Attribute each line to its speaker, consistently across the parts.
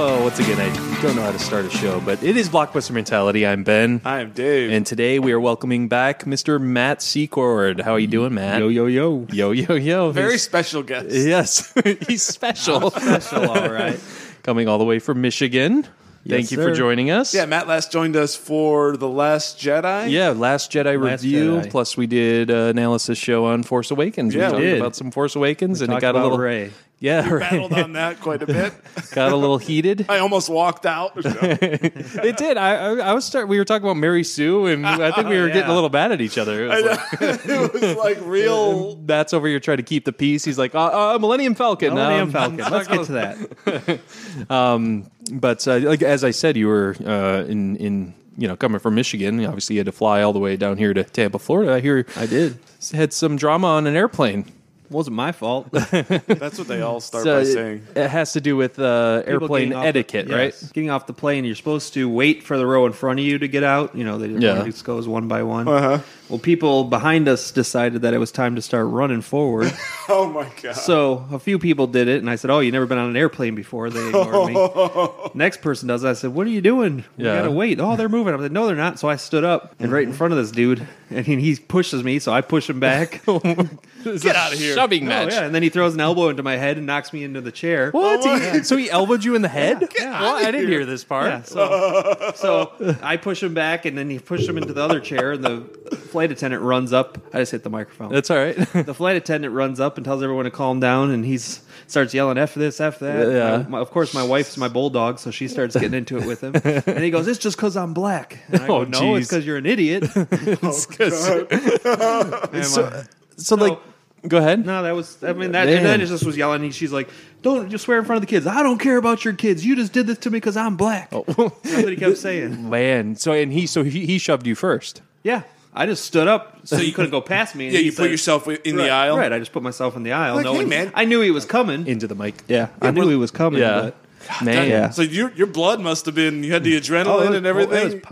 Speaker 1: Oh, once again, I don't know how to start a show, but it is Blockbuster Mentality. I'm Ben.
Speaker 2: I am Dave.
Speaker 1: And today we are welcoming back Mr. Matt Secord. How are you doing, Matt?
Speaker 3: Yo, yo, yo.
Speaker 1: yo, yo, yo.
Speaker 2: Very
Speaker 1: He's-
Speaker 2: special guest.
Speaker 1: Yes, he's special.
Speaker 3: Special, all right.
Speaker 1: Coming all the way from Michigan. Thank you for
Speaker 3: sir.
Speaker 1: joining us.
Speaker 2: Yeah, Matt last joined us for The Last Jedi.
Speaker 1: Yeah, Last Jedi
Speaker 3: Last
Speaker 1: review.
Speaker 3: Jedi.
Speaker 1: Plus, we did an analysis show on Force Awakens.
Speaker 2: Yeah,
Speaker 1: we
Speaker 2: we
Speaker 1: talked
Speaker 3: did.
Speaker 1: about some Force Awakens, and it
Speaker 3: Talk
Speaker 1: got a
Speaker 3: about
Speaker 1: little
Speaker 3: Ray.
Speaker 1: yeah,
Speaker 2: Battled on that quite a bit.
Speaker 1: got a little heated.
Speaker 2: I almost walked out.
Speaker 1: It did. I, I, I was start. We were talking about Mary Sue, and I think we were getting a
Speaker 3: yeah.
Speaker 1: little bad at each other. It was like-
Speaker 2: it was like real.
Speaker 1: Matt's over here trying to keep the peace. He's like, uh, uh, Millennium Falcon.
Speaker 3: Millennium
Speaker 1: um,
Speaker 3: Falcon. Let's get to that.
Speaker 1: But uh, like as I said, you were uh, in in you know coming from Michigan. Obviously, you had to fly all the way down here to Tampa, Florida. I hear
Speaker 3: I did.
Speaker 1: had some drama on an airplane.
Speaker 3: Wasn't my fault.
Speaker 2: That's what they all start
Speaker 1: So
Speaker 2: by
Speaker 1: it,
Speaker 2: saying.
Speaker 1: it has to do with uh,
Speaker 3: People
Speaker 1: airplane
Speaker 3: getting off-
Speaker 1: etiquette,
Speaker 3: yes, Getting off the plane, you're supposed to wait for the row in front of you to get out. You know, they just
Speaker 1: Yeah.
Speaker 3: yeah. just goes one by one. Uh-huh. Well, people behind us decided that it was time to start running forward.
Speaker 2: Oh my god!
Speaker 3: so a few people did it, and I said, "Oh, you never been on an airplane before?" They ignored me. Next person does. It. I said, "What are you doing? We
Speaker 1: Yeah.
Speaker 3: gotta wait." Oh, they're moving. I said, "No, they're not." So I stood up and right in
Speaker 1: Mm-hmm.
Speaker 3: front of this dude, and he, he pushes me, so I push him back.
Speaker 1: right?
Speaker 2: Get outta here.
Speaker 1: Shoving
Speaker 3: No,
Speaker 1: match.
Speaker 3: yeah, and then he throws an elbow into my head and knocks me into the chair.
Speaker 1: What?
Speaker 2: Oh,
Speaker 1: He-
Speaker 2: yeah.
Speaker 1: so he elbowed you in the head? Well, I didn't hear this part.
Speaker 3: Yeah, so, so I push him back, and then he pushed him into the other chair, and the flight attendant runs up. I just hit the microphone.
Speaker 1: That's all right.
Speaker 3: the flight attendant runs up and tells everyone to calm down, and he's starts yelling "f this, f that."
Speaker 1: Yeah.
Speaker 3: My- my- of course, my wife's my bulldog, so she starts getting into it with him, and he goes, "It's just because I'm black." And I go,
Speaker 1: Oh,
Speaker 3: no,
Speaker 1: geez.
Speaker 3: it's because you're an idiot. Oh, And my-
Speaker 1: so like, go ahead.
Speaker 3: No, that was. I mean, that and then
Speaker 1: Man.
Speaker 3: it just was yelling. and She's like, "Don't just swear in front of the kids. I don't care about your kids. You just did this to me because I'm black."
Speaker 1: Oh.
Speaker 3: That's what he kept saying.
Speaker 1: Man, so and he so he, he shoved you first.
Speaker 3: Yeah, I just stood up so you couldn't go past me. and
Speaker 2: yeah,
Speaker 3: he
Speaker 2: you put
Speaker 3: said-
Speaker 2: yourself in
Speaker 3: right,
Speaker 2: the aisle.
Speaker 3: Right, I just put myself in the aisle.
Speaker 2: Like,
Speaker 3: no
Speaker 2: hey,
Speaker 3: one,
Speaker 2: man.
Speaker 3: I knew he was coming.
Speaker 1: into the mic.
Speaker 3: yeah, I knew he was coming.
Speaker 1: Yeah. Oh,
Speaker 3: but-
Speaker 1: Man.
Speaker 3: Yeah.
Speaker 2: So your your blood must have been. You had the adrenaline
Speaker 3: Oh, it was-
Speaker 2: Oh, and everything. Oh,
Speaker 3: It was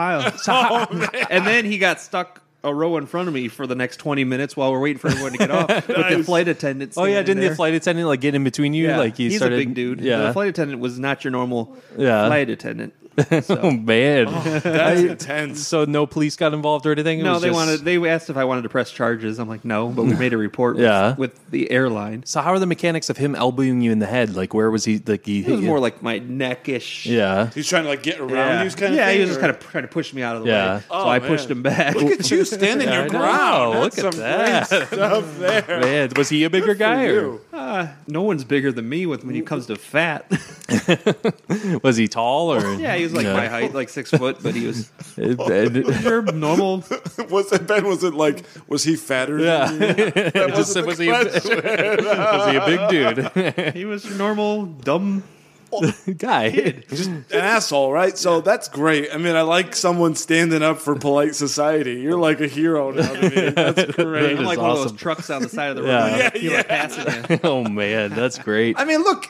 Speaker 3: piled. and then he got stuck a row in front of me for the next twenty minutes while we're waiting for everyone to get off with the flight attendant.
Speaker 1: Oh yeah,
Speaker 3: standing
Speaker 1: didn't
Speaker 3: there.
Speaker 1: the flight attendant like get in between you?
Speaker 3: Yeah,
Speaker 1: Like he
Speaker 3: he's
Speaker 1: started,
Speaker 3: a big dude.
Speaker 1: Yeah.
Speaker 3: the flight attendant was not your normal
Speaker 1: Yeah.
Speaker 3: flight attendant.
Speaker 1: oh man.
Speaker 2: That's intense.
Speaker 1: so no police got involved or anything. It
Speaker 3: No,
Speaker 1: was
Speaker 3: they
Speaker 1: just-
Speaker 3: wanted. They asked if I wanted to press charges. I'm like, no, but we made a report.
Speaker 1: Yeah.
Speaker 3: with, with the airline.
Speaker 1: So how are the mechanics of him elbowing you in the head? Like where was he? Like he
Speaker 3: It was more like my neckish.
Speaker 1: yeah.
Speaker 2: He's trying to like get around
Speaker 3: Yeah,
Speaker 2: you, kind of.
Speaker 3: yeah
Speaker 2: thing,
Speaker 3: he was just
Speaker 2: or-
Speaker 3: kind of trying to push me out of the
Speaker 1: Yeah.
Speaker 3: way. So
Speaker 2: Oh,
Speaker 3: I
Speaker 2: man.
Speaker 3: pushed him back.
Speaker 2: Look at you standing your ground.
Speaker 1: Wow, look
Speaker 2: That's
Speaker 1: at
Speaker 2: some
Speaker 1: that.
Speaker 2: stuff there.
Speaker 1: Man, was he a bigger guy or
Speaker 2: You.
Speaker 3: no one's bigger than me with when it comes to fat.
Speaker 1: was he tall or
Speaker 3: yeah, he was like my height, like six foot, but he was
Speaker 1: my
Speaker 3: your normal.
Speaker 2: Was it Ben? Was it like? Was he fatter?
Speaker 1: Yeah.
Speaker 2: Than you? That
Speaker 1: just
Speaker 2: wasn't
Speaker 1: said, was
Speaker 2: the
Speaker 1: he a-
Speaker 2: question.
Speaker 1: was he a big
Speaker 3: He was your normal dumb.
Speaker 1: dude guy?
Speaker 2: just an asshole, right? So that's great. I mean, I like someone standing up for polite society. You're like a hero now to me. That's great.
Speaker 1: That
Speaker 3: I'm
Speaker 1: is
Speaker 3: like one of
Speaker 1: awesome.
Speaker 3: those trucks on the side of the road.
Speaker 1: Yeah.
Speaker 3: Yeah,
Speaker 2: Yeah,
Speaker 3: yeah,
Speaker 2: yeah.
Speaker 1: oh man, that's great.
Speaker 2: I mean, look,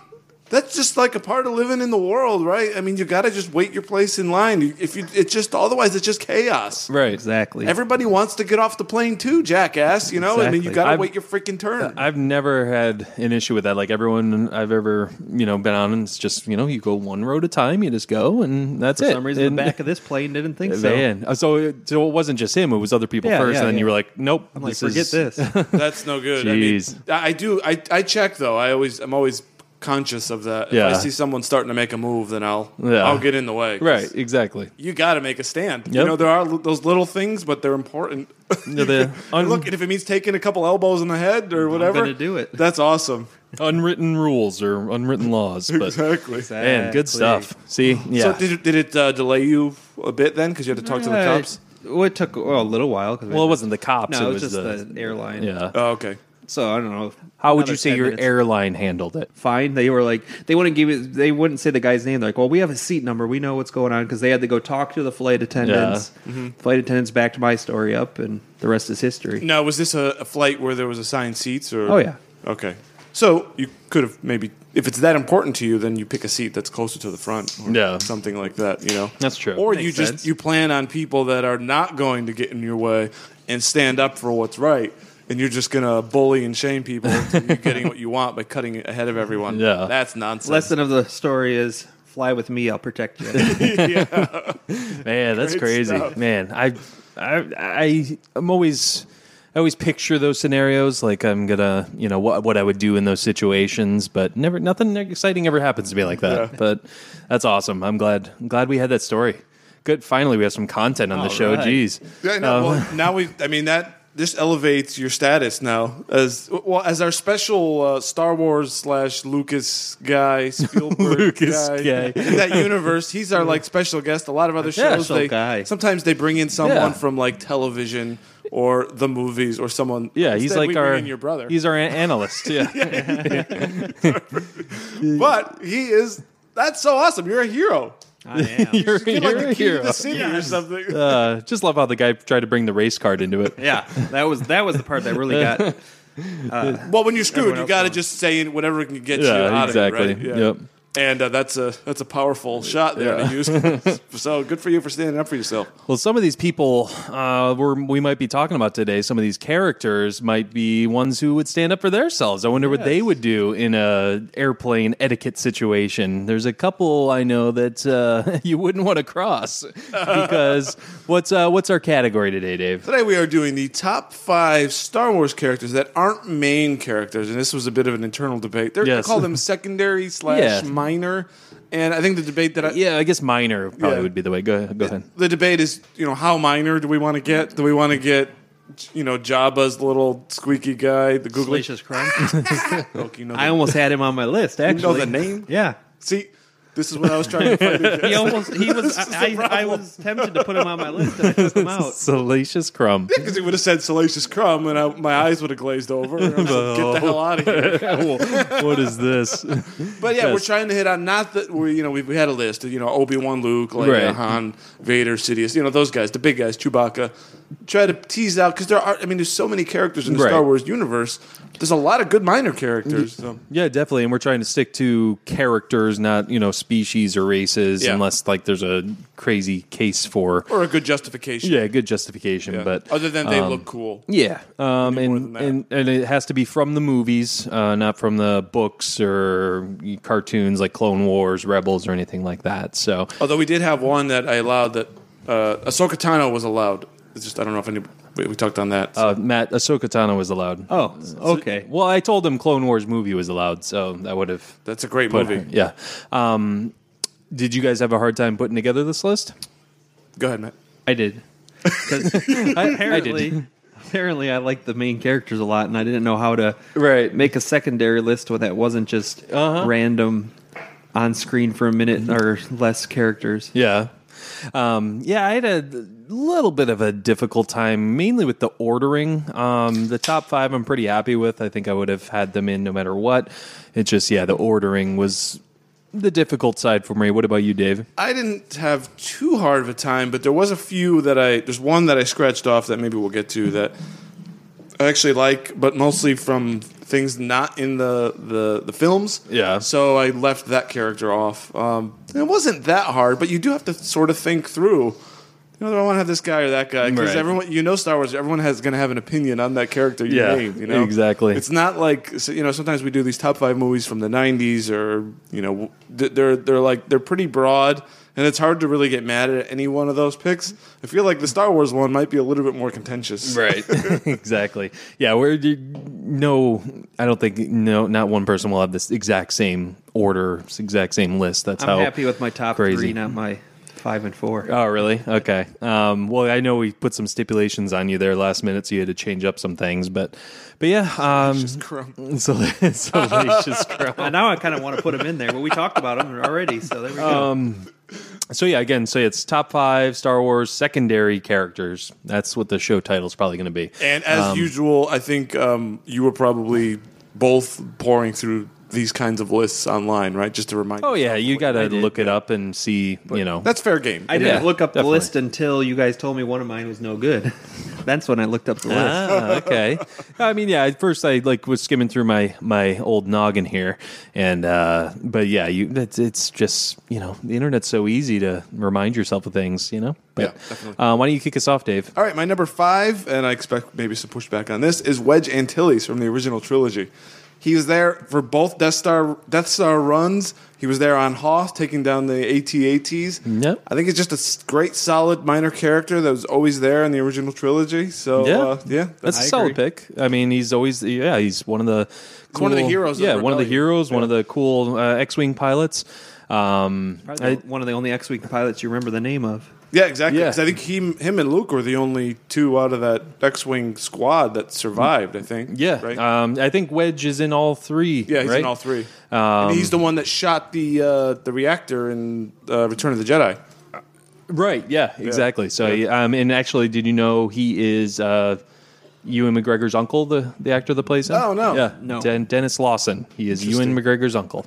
Speaker 2: that's just like a part of living in the world, right? I mean, you got to just wait your place in line. You- If you, it's just otherwise, it's just chaos.
Speaker 1: right.
Speaker 3: exactly.
Speaker 2: Everybody wants to get off the plane too, jackass. You know, I mean, you
Speaker 3: Exactly.
Speaker 2: got to
Speaker 1: I've-
Speaker 2: wait your freaking turn.
Speaker 1: I've never had an issue with that. Like everyone I've ever, you know, been on, it's just you know, you go one row at a time, you just go, and that's
Speaker 3: For
Speaker 1: it.
Speaker 3: some reason,
Speaker 1: And-
Speaker 3: the back of this plane didn't think so.
Speaker 1: Man, Uh, so it, so it wasn't just him; it was other people
Speaker 3: Yeah,
Speaker 1: first,
Speaker 3: yeah,
Speaker 1: and then
Speaker 3: yeah.
Speaker 1: you were like, "Nope,
Speaker 3: I'm like,
Speaker 1: this
Speaker 3: forget
Speaker 1: is-
Speaker 3: this.
Speaker 2: That's no good.
Speaker 1: Jeez.
Speaker 2: I mean, I I do. I, I check though. I always. I'm always conscious of that.
Speaker 1: Yeah.
Speaker 2: If I see someone starting to make a move, then I'll.
Speaker 1: Yeah.
Speaker 2: I'll get in the way. 'Cause
Speaker 1: Right? Exactly.
Speaker 2: You got to make a stand. You
Speaker 1: Yep.
Speaker 2: know, there are l- those little things, but they're important.
Speaker 1: They're the un-
Speaker 2: Look, and if it means taking a couple elbows in the head or whatever,
Speaker 3: gonna do it.
Speaker 2: That's awesome.
Speaker 1: unwritten rules or unwritten laws, but
Speaker 2: Exactly.
Speaker 1: man, good
Speaker 3: Exactly.
Speaker 1: stuff. See, yeah,
Speaker 2: So did, it- did it uh, delay you a bit then because you had to talk to the
Speaker 3: Uh,
Speaker 2: cops?
Speaker 3: Well, it took well, a little while. Cause we
Speaker 1: Well, it
Speaker 3: had-
Speaker 1: wasn't the cops.
Speaker 3: No,
Speaker 1: it
Speaker 3: was
Speaker 1: was,
Speaker 3: just
Speaker 1: the,
Speaker 3: the, airline.
Speaker 1: yeah.
Speaker 2: Oh, okay.
Speaker 3: So I don't know.
Speaker 1: How would
Speaker 3: Another
Speaker 1: you say
Speaker 3: 10
Speaker 1: your
Speaker 3: minutes.
Speaker 1: airline handled it?
Speaker 3: fine. They were like, they wouldn't give it, they wouldn't say the guy's name. They're like, well, we have a seat number. We know what's going on because they had to go talk to the flight attendants. Flight attendants backed my story up, and the rest is history.
Speaker 2: Now, was this a, a flight where there was assigned seats? Or
Speaker 3: Oh, yeah.
Speaker 2: Okay. So you could have maybe, if it's that important to you, then you pick a seat that's closer to the front, or
Speaker 1: Yeah.
Speaker 2: something like that. You know,
Speaker 1: That's true.
Speaker 2: Or
Speaker 1: Makes
Speaker 2: you just
Speaker 1: sense.
Speaker 2: you plan on people that are not going to get in your way and stand up for what's right, and you're just gonna bully and shame people into you getting what you want by cutting ahead of everyone.
Speaker 1: Yeah.
Speaker 2: that's nonsense.
Speaker 3: Lesson of the story is fly with me, I'll protect you.
Speaker 1: Man, that's
Speaker 2: Great
Speaker 1: crazy.
Speaker 2: stuff.
Speaker 1: Man, I, I, I, I'm always, I always picture those scenarios. Like I'm gonna, you know, what what I would do in those situations, but never, nothing exciting ever happens to me like that. But that's awesome. I'm glad, I'm glad we had that story. Good. Finally, we have some content on the
Speaker 3: All
Speaker 1: show.
Speaker 3: right.
Speaker 1: Jeez.
Speaker 2: Yeah,
Speaker 1: Um,
Speaker 2: no, well, now we. I mean that this elevates your status now as well as our special uh, Star Wars slash Lucas guy Spielberg
Speaker 1: Lucas guy.
Speaker 2: in that universe. He's our like special guest. A lot of other
Speaker 1: Yeah,
Speaker 2: shows
Speaker 3: special
Speaker 2: they
Speaker 3: guy.
Speaker 2: sometimes they bring in someone
Speaker 1: Yeah.
Speaker 2: from like television or the movies or someone.
Speaker 1: Yeah, he's
Speaker 2: Instead,
Speaker 1: like
Speaker 2: we bring
Speaker 1: our
Speaker 2: in your brother.
Speaker 1: He's our an- analyst. Yeah.
Speaker 2: but he is. That's so awesome. You're a hero.
Speaker 3: I am.
Speaker 1: You're,
Speaker 2: You're,
Speaker 1: you're
Speaker 2: like
Speaker 1: a
Speaker 2: the king of
Speaker 1: hero.
Speaker 2: the city or something.
Speaker 1: Uh, just love how the guy tried to bring the race card into it.
Speaker 3: Yeah, that was that was the part that really got.
Speaker 2: Well, when you're screwed,
Speaker 3: Everyone
Speaker 2: you
Speaker 3: else
Speaker 2: got to
Speaker 3: wants.
Speaker 2: just say whatever can get you
Speaker 1: Yeah,
Speaker 2: out
Speaker 1: exactly.
Speaker 2: of it. Right?
Speaker 1: Yep.
Speaker 2: And uh, that's a that's a powerful shot there
Speaker 1: Yeah.
Speaker 2: to use. so good for you for standing up for yourself.
Speaker 1: Well, some of these people uh, we're, we might be talking about today, some of these characters might be ones who would stand up for themselves. I wonder what they would do in a airplane etiquette situation. There's a couple I know that uh, you wouldn't want to cross because what's uh, what's our category today, Dave?
Speaker 2: Today we are doing the top five Star Wars characters that aren't main characters, and this was a bit of an internal debate. They're,
Speaker 1: Yes.
Speaker 2: They call them secondary slash
Speaker 1: Yeah.
Speaker 2: minor, and I think the debate that I,
Speaker 1: Yeah, I guess minor probably
Speaker 2: Yeah.
Speaker 1: would be the way. Go ahead. Go ahead.
Speaker 2: the debate is, you know, how minor do we want to get? Do we want to get, you know, Jabba's little squeaky guy, the googly?
Speaker 3: Salacious crime.
Speaker 2: Okay, you know the-
Speaker 3: I almost had him on my list. Actually,
Speaker 2: the name?
Speaker 3: Yeah,
Speaker 2: see. This is what I was trying to fight against.
Speaker 3: he almost he was. I, I, I was tempted to put him on my list, and I took him out.
Speaker 1: Salacious crumb.
Speaker 2: Because it would have said salacious crumb, and I, my eyes would have glazed over. And I was like, Get the hell out of here!
Speaker 1: what is this?
Speaker 2: But yeah, we're
Speaker 1: Yes.
Speaker 2: trying to hit on not that we you know we, we had a list of you know Obi Wan, Luke, Leia,
Speaker 1: Right.
Speaker 2: Han, Vader, Sidious, you know those guys, the big guys, Chewbacca. Try to tease out because there are I mean there's so many characters in the
Speaker 1: Right.
Speaker 2: Star Wars universe. There's a lot of good minor characters. So.
Speaker 1: Yeah, definitely. And we're trying to stick to characters, not, you know, species or races,
Speaker 2: Yeah.
Speaker 1: unless like there's a crazy case for
Speaker 2: Or a good justification.
Speaker 1: yeah, good justification.
Speaker 2: Yeah.
Speaker 1: But
Speaker 2: other than they
Speaker 1: um,
Speaker 2: look cool.
Speaker 1: yeah, um,
Speaker 2: than
Speaker 1: and
Speaker 2: that.
Speaker 1: and and it has to be from the movies, uh, not from the books or cartoons like Clone Wars, Rebels, or anything like that. So
Speaker 2: Although we did have one that I allowed that uh, Ahsoka Tano was allowed. It's just I don't know if any we, we talked on that.
Speaker 1: uh, Matt Ahsoka Tano was allowed.
Speaker 3: Oh, okay.
Speaker 1: Well, I told him Clone Wars movie was allowed, so that would have.
Speaker 2: That's a great
Speaker 1: put-
Speaker 2: movie.
Speaker 1: Yeah. Um, did you guys have a hard time putting together this list?
Speaker 2: Go ahead, Matt.
Speaker 1: I did.
Speaker 3: apparently, apparently, I liked the main characters a lot, and I didn't know how to
Speaker 1: Right.
Speaker 3: make a secondary list where that wasn't just random on screen for a minute or less characters.
Speaker 1: Yeah. Um, yeah, I had a little bit of a difficult time, mainly with the ordering. Um, the top five I'm pretty happy with. I think I would have had them in no matter what. It just, yeah, the ordering was the difficult side for me. What about you, Dave?
Speaker 2: I didn't have too hard of a time, but there was a few that I there's one that I scratched off that maybe we'll get to that I actually like, but mostly from things not in the the, the films.
Speaker 1: Yeah.
Speaker 2: So I left that character off. Um, it wasn't that hard, but you do have to sort of think through. You know, do I want to have this guy or that guy? Because
Speaker 1: Right.
Speaker 2: everyone, you know, Star Wars. Everyone has going to have an opinion on that character you
Speaker 1: Yeah,
Speaker 2: named. You know,
Speaker 1: exactly.
Speaker 2: It's not like so, you know. Sometimes we do these top five movies from the '90s, or you know, th- they're they're like they're pretty broad, and it's hard to really get mad at any one of those picks. I feel like the Star Wars one might be a little bit more contentious.
Speaker 1: Right. exactly. Yeah, where you, no, I don't think, no, not one person will have this exact same order, this exact same list. That's
Speaker 3: I'm
Speaker 1: how
Speaker 3: happy with my top
Speaker 1: crazy.
Speaker 3: three, not my five and four.
Speaker 1: Oh, really? Okay. Um, well, I know we put some stipulations on you there last minute, so you had to change up some things. But, but yeah, um,
Speaker 2: crumb.
Speaker 1: sal- salacious crumb.
Speaker 3: Um, And now I kind of want to put him in there, but we talked about him already, so there we go.
Speaker 1: So yeah, again, so it's top five Star Wars secondary characters. That's what the show title's probably going to be.
Speaker 2: And as usual, I think um, you were probably both pouring through these kinds of lists online, right? Just to remind.
Speaker 1: Oh yeah, you got to
Speaker 3: did,
Speaker 1: look it up and see. You know,
Speaker 2: that's fair game.
Speaker 3: I didn't
Speaker 1: Yeah,
Speaker 3: look up
Speaker 1: definitely.
Speaker 3: the list until you guys told me one of mine was no good. That's when I looked up the list.
Speaker 1: Ah, okay. I mean, yeah. At first, I like was skimming through my my old noggin here, and uh but yeah, you. It's, it's just you know the internet's so easy to remind yourself of things. You know. But,
Speaker 2: Yeah, definitely.
Speaker 1: Uh, why don't you kick us off, Dave?
Speaker 2: All right, my number five, and I expect maybe some pushback on this, is Wedge Antilles from the original trilogy. He was there for both Death Star Death Star runs. He was there on Hoth taking down the AT-ATs.
Speaker 1: Yep.
Speaker 2: I think it's just a s- great, solid minor character that was always there in the original trilogy. So yeah, uh, yeah,
Speaker 1: that's a solid pick. I mean, he's always yeah, he's one of the cool,
Speaker 2: one of the heroes of
Speaker 1: Yeah,
Speaker 2: the
Speaker 1: one of the
Speaker 2: rebellion.
Speaker 1: heroes, one of the cool uh, X-wing pilots. Um,
Speaker 3: Probably one of the only X Week pilots you remember the name of.
Speaker 2: yeah, exactly.
Speaker 1: Yeah.
Speaker 2: 'Cause I think he, him, and Luke were the only two out of that X-wing squad that survived. I think.
Speaker 1: yeah,
Speaker 2: right?
Speaker 1: um, I think Wedge is in all three.
Speaker 2: yeah, he's
Speaker 1: right? Um,
Speaker 2: in all three. and he's the one that shot the uh, the reactor in uh, Return of the Jedi.
Speaker 1: Right. Yeah. Exactly. So, um, and actually, did you know he is uh, Ewan McGregor's uncle, the the actor that plays him?
Speaker 2: Oh, no.
Speaker 1: Yeah.
Speaker 3: No.
Speaker 1: Den- Dennis Lawson. He is Ewan McGregor's uncle.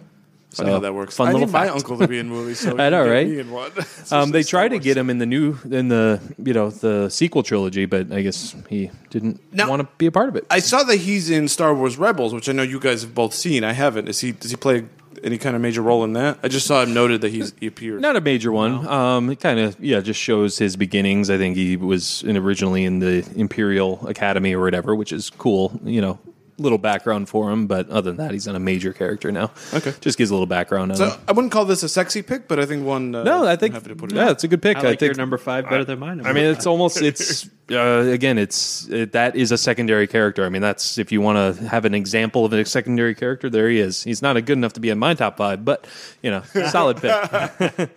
Speaker 1: So
Speaker 2: Funny how that works.
Speaker 1: Fun
Speaker 2: I
Speaker 1: little
Speaker 2: need
Speaker 1: fact.
Speaker 2: my uncle to be in movies. So he
Speaker 1: I know,
Speaker 2: can get
Speaker 1: right?
Speaker 2: me in one. It's
Speaker 1: Um,
Speaker 2: just
Speaker 1: they tried
Speaker 2: like Star
Speaker 1: to
Speaker 2: Wars.
Speaker 1: get him in the new in the you know the sequel trilogy, but I guess he didn't
Speaker 2: Now-
Speaker 1: want to be a part of it.
Speaker 2: I saw that he's in Star Wars Rebels, which I know you guys have both seen. I haven't. Is he? Does he play any kind of major role in that? I just saw him noted that he's he appeared.
Speaker 1: Not a major one. Um, it kind of yeah, just shows his beginnings. I think he was in originally in the Imperial Academy or whatever, which is cool. You know, little background for him, but other than that, he's not a major character now.
Speaker 2: Okay.
Speaker 1: just gives a little background. On
Speaker 2: So
Speaker 1: him.
Speaker 2: I wouldn't call this a sexy pick, but I think one. Uh,
Speaker 1: No, I
Speaker 2: I'm
Speaker 1: think
Speaker 2: happy to put it.
Speaker 1: yeah,
Speaker 2: in.
Speaker 1: it's a good pick.
Speaker 3: I like
Speaker 1: think
Speaker 3: your number five better than mine.
Speaker 1: I mean, it's almost it's uh, again, it's it, that is a secondary character. I mean, that's if you want to have an example of a secondary character, there he is. He's not a good enough to be in my top five, but you know, solid pick.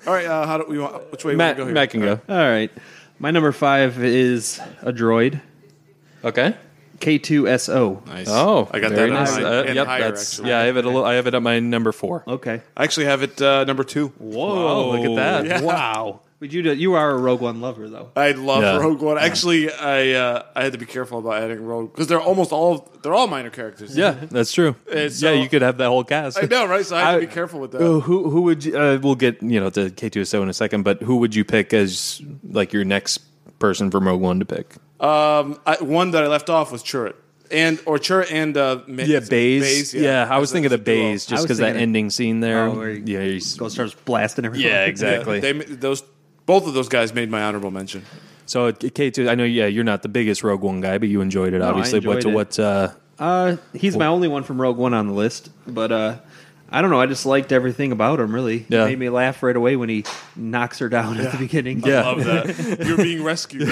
Speaker 2: All right. Uh, how do we want? Which way
Speaker 1: Matt,
Speaker 2: we go here?
Speaker 1: Matt can go.
Speaker 3: all right. My number five is a droid,
Speaker 1: Okay.
Speaker 3: K2SO.
Speaker 2: Nice.
Speaker 1: Oh,
Speaker 2: I got
Speaker 1: very
Speaker 2: that. on
Speaker 1: nice.
Speaker 2: mine,
Speaker 1: Uh,
Speaker 2: and
Speaker 1: yep,
Speaker 2: higher,
Speaker 1: that's
Speaker 2: actually. Oh.
Speaker 1: yeah. I have it. A little, I have it at my number four.
Speaker 3: Okay.
Speaker 2: I actually have it uh, number two.
Speaker 1: Whoa, look at that. Yeah.
Speaker 3: Wow. But you, do- you are a Rogue One lover, though.
Speaker 2: I love
Speaker 1: Yeah.
Speaker 2: Rogue One. Actually, I uh, I had to be careful about adding Rogue because they're almost all they're all minor characters.
Speaker 1: that's true.
Speaker 2: so-
Speaker 1: yeah, you could have that whole cast.
Speaker 2: I know, right? So I have to
Speaker 1: I-
Speaker 2: be careful with that.
Speaker 1: Uh, who who would you, uh, we'll get you know to K two SO in a second, but who would you pick as like your next person for Rogue One to pick?
Speaker 2: Um, I, one that I left off was Churrit. And or Churrit and uh, Ma-
Speaker 1: Yeah, Baze. Yeah, I was
Speaker 2: As a-
Speaker 1: thinking
Speaker 2: as a
Speaker 1: of Baze
Speaker 2: duo.
Speaker 3: I
Speaker 1: just
Speaker 3: was
Speaker 1: because that
Speaker 3: thinking of-
Speaker 1: ending scene there.
Speaker 3: Oh, where he-
Speaker 1: Um, yeah, he's,
Speaker 3: Go starts blasting everyone.
Speaker 1: yeah,
Speaker 2: Yeah,
Speaker 1: exactly.
Speaker 2: They ma- those both of those guys made my honorable mention.
Speaker 1: so uh, K two, I know. Yeah, you're not the biggest Rogue One guy, but you enjoyed it,
Speaker 3: I
Speaker 1: obviously. What to
Speaker 3: enjoyed
Speaker 1: what?
Speaker 3: it.
Speaker 1: Uh,
Speaker 3: Uh, he's my only one from Rogue One on the list, but uh, I don't know. I just liked everything about him. Really, He
Speaker 1: Yeah.
Speaker 3: made me laugh right away when he knocks her down at the beginning.
Speaker 1: Yeah.
Speaker 2: Love that you're being rescued.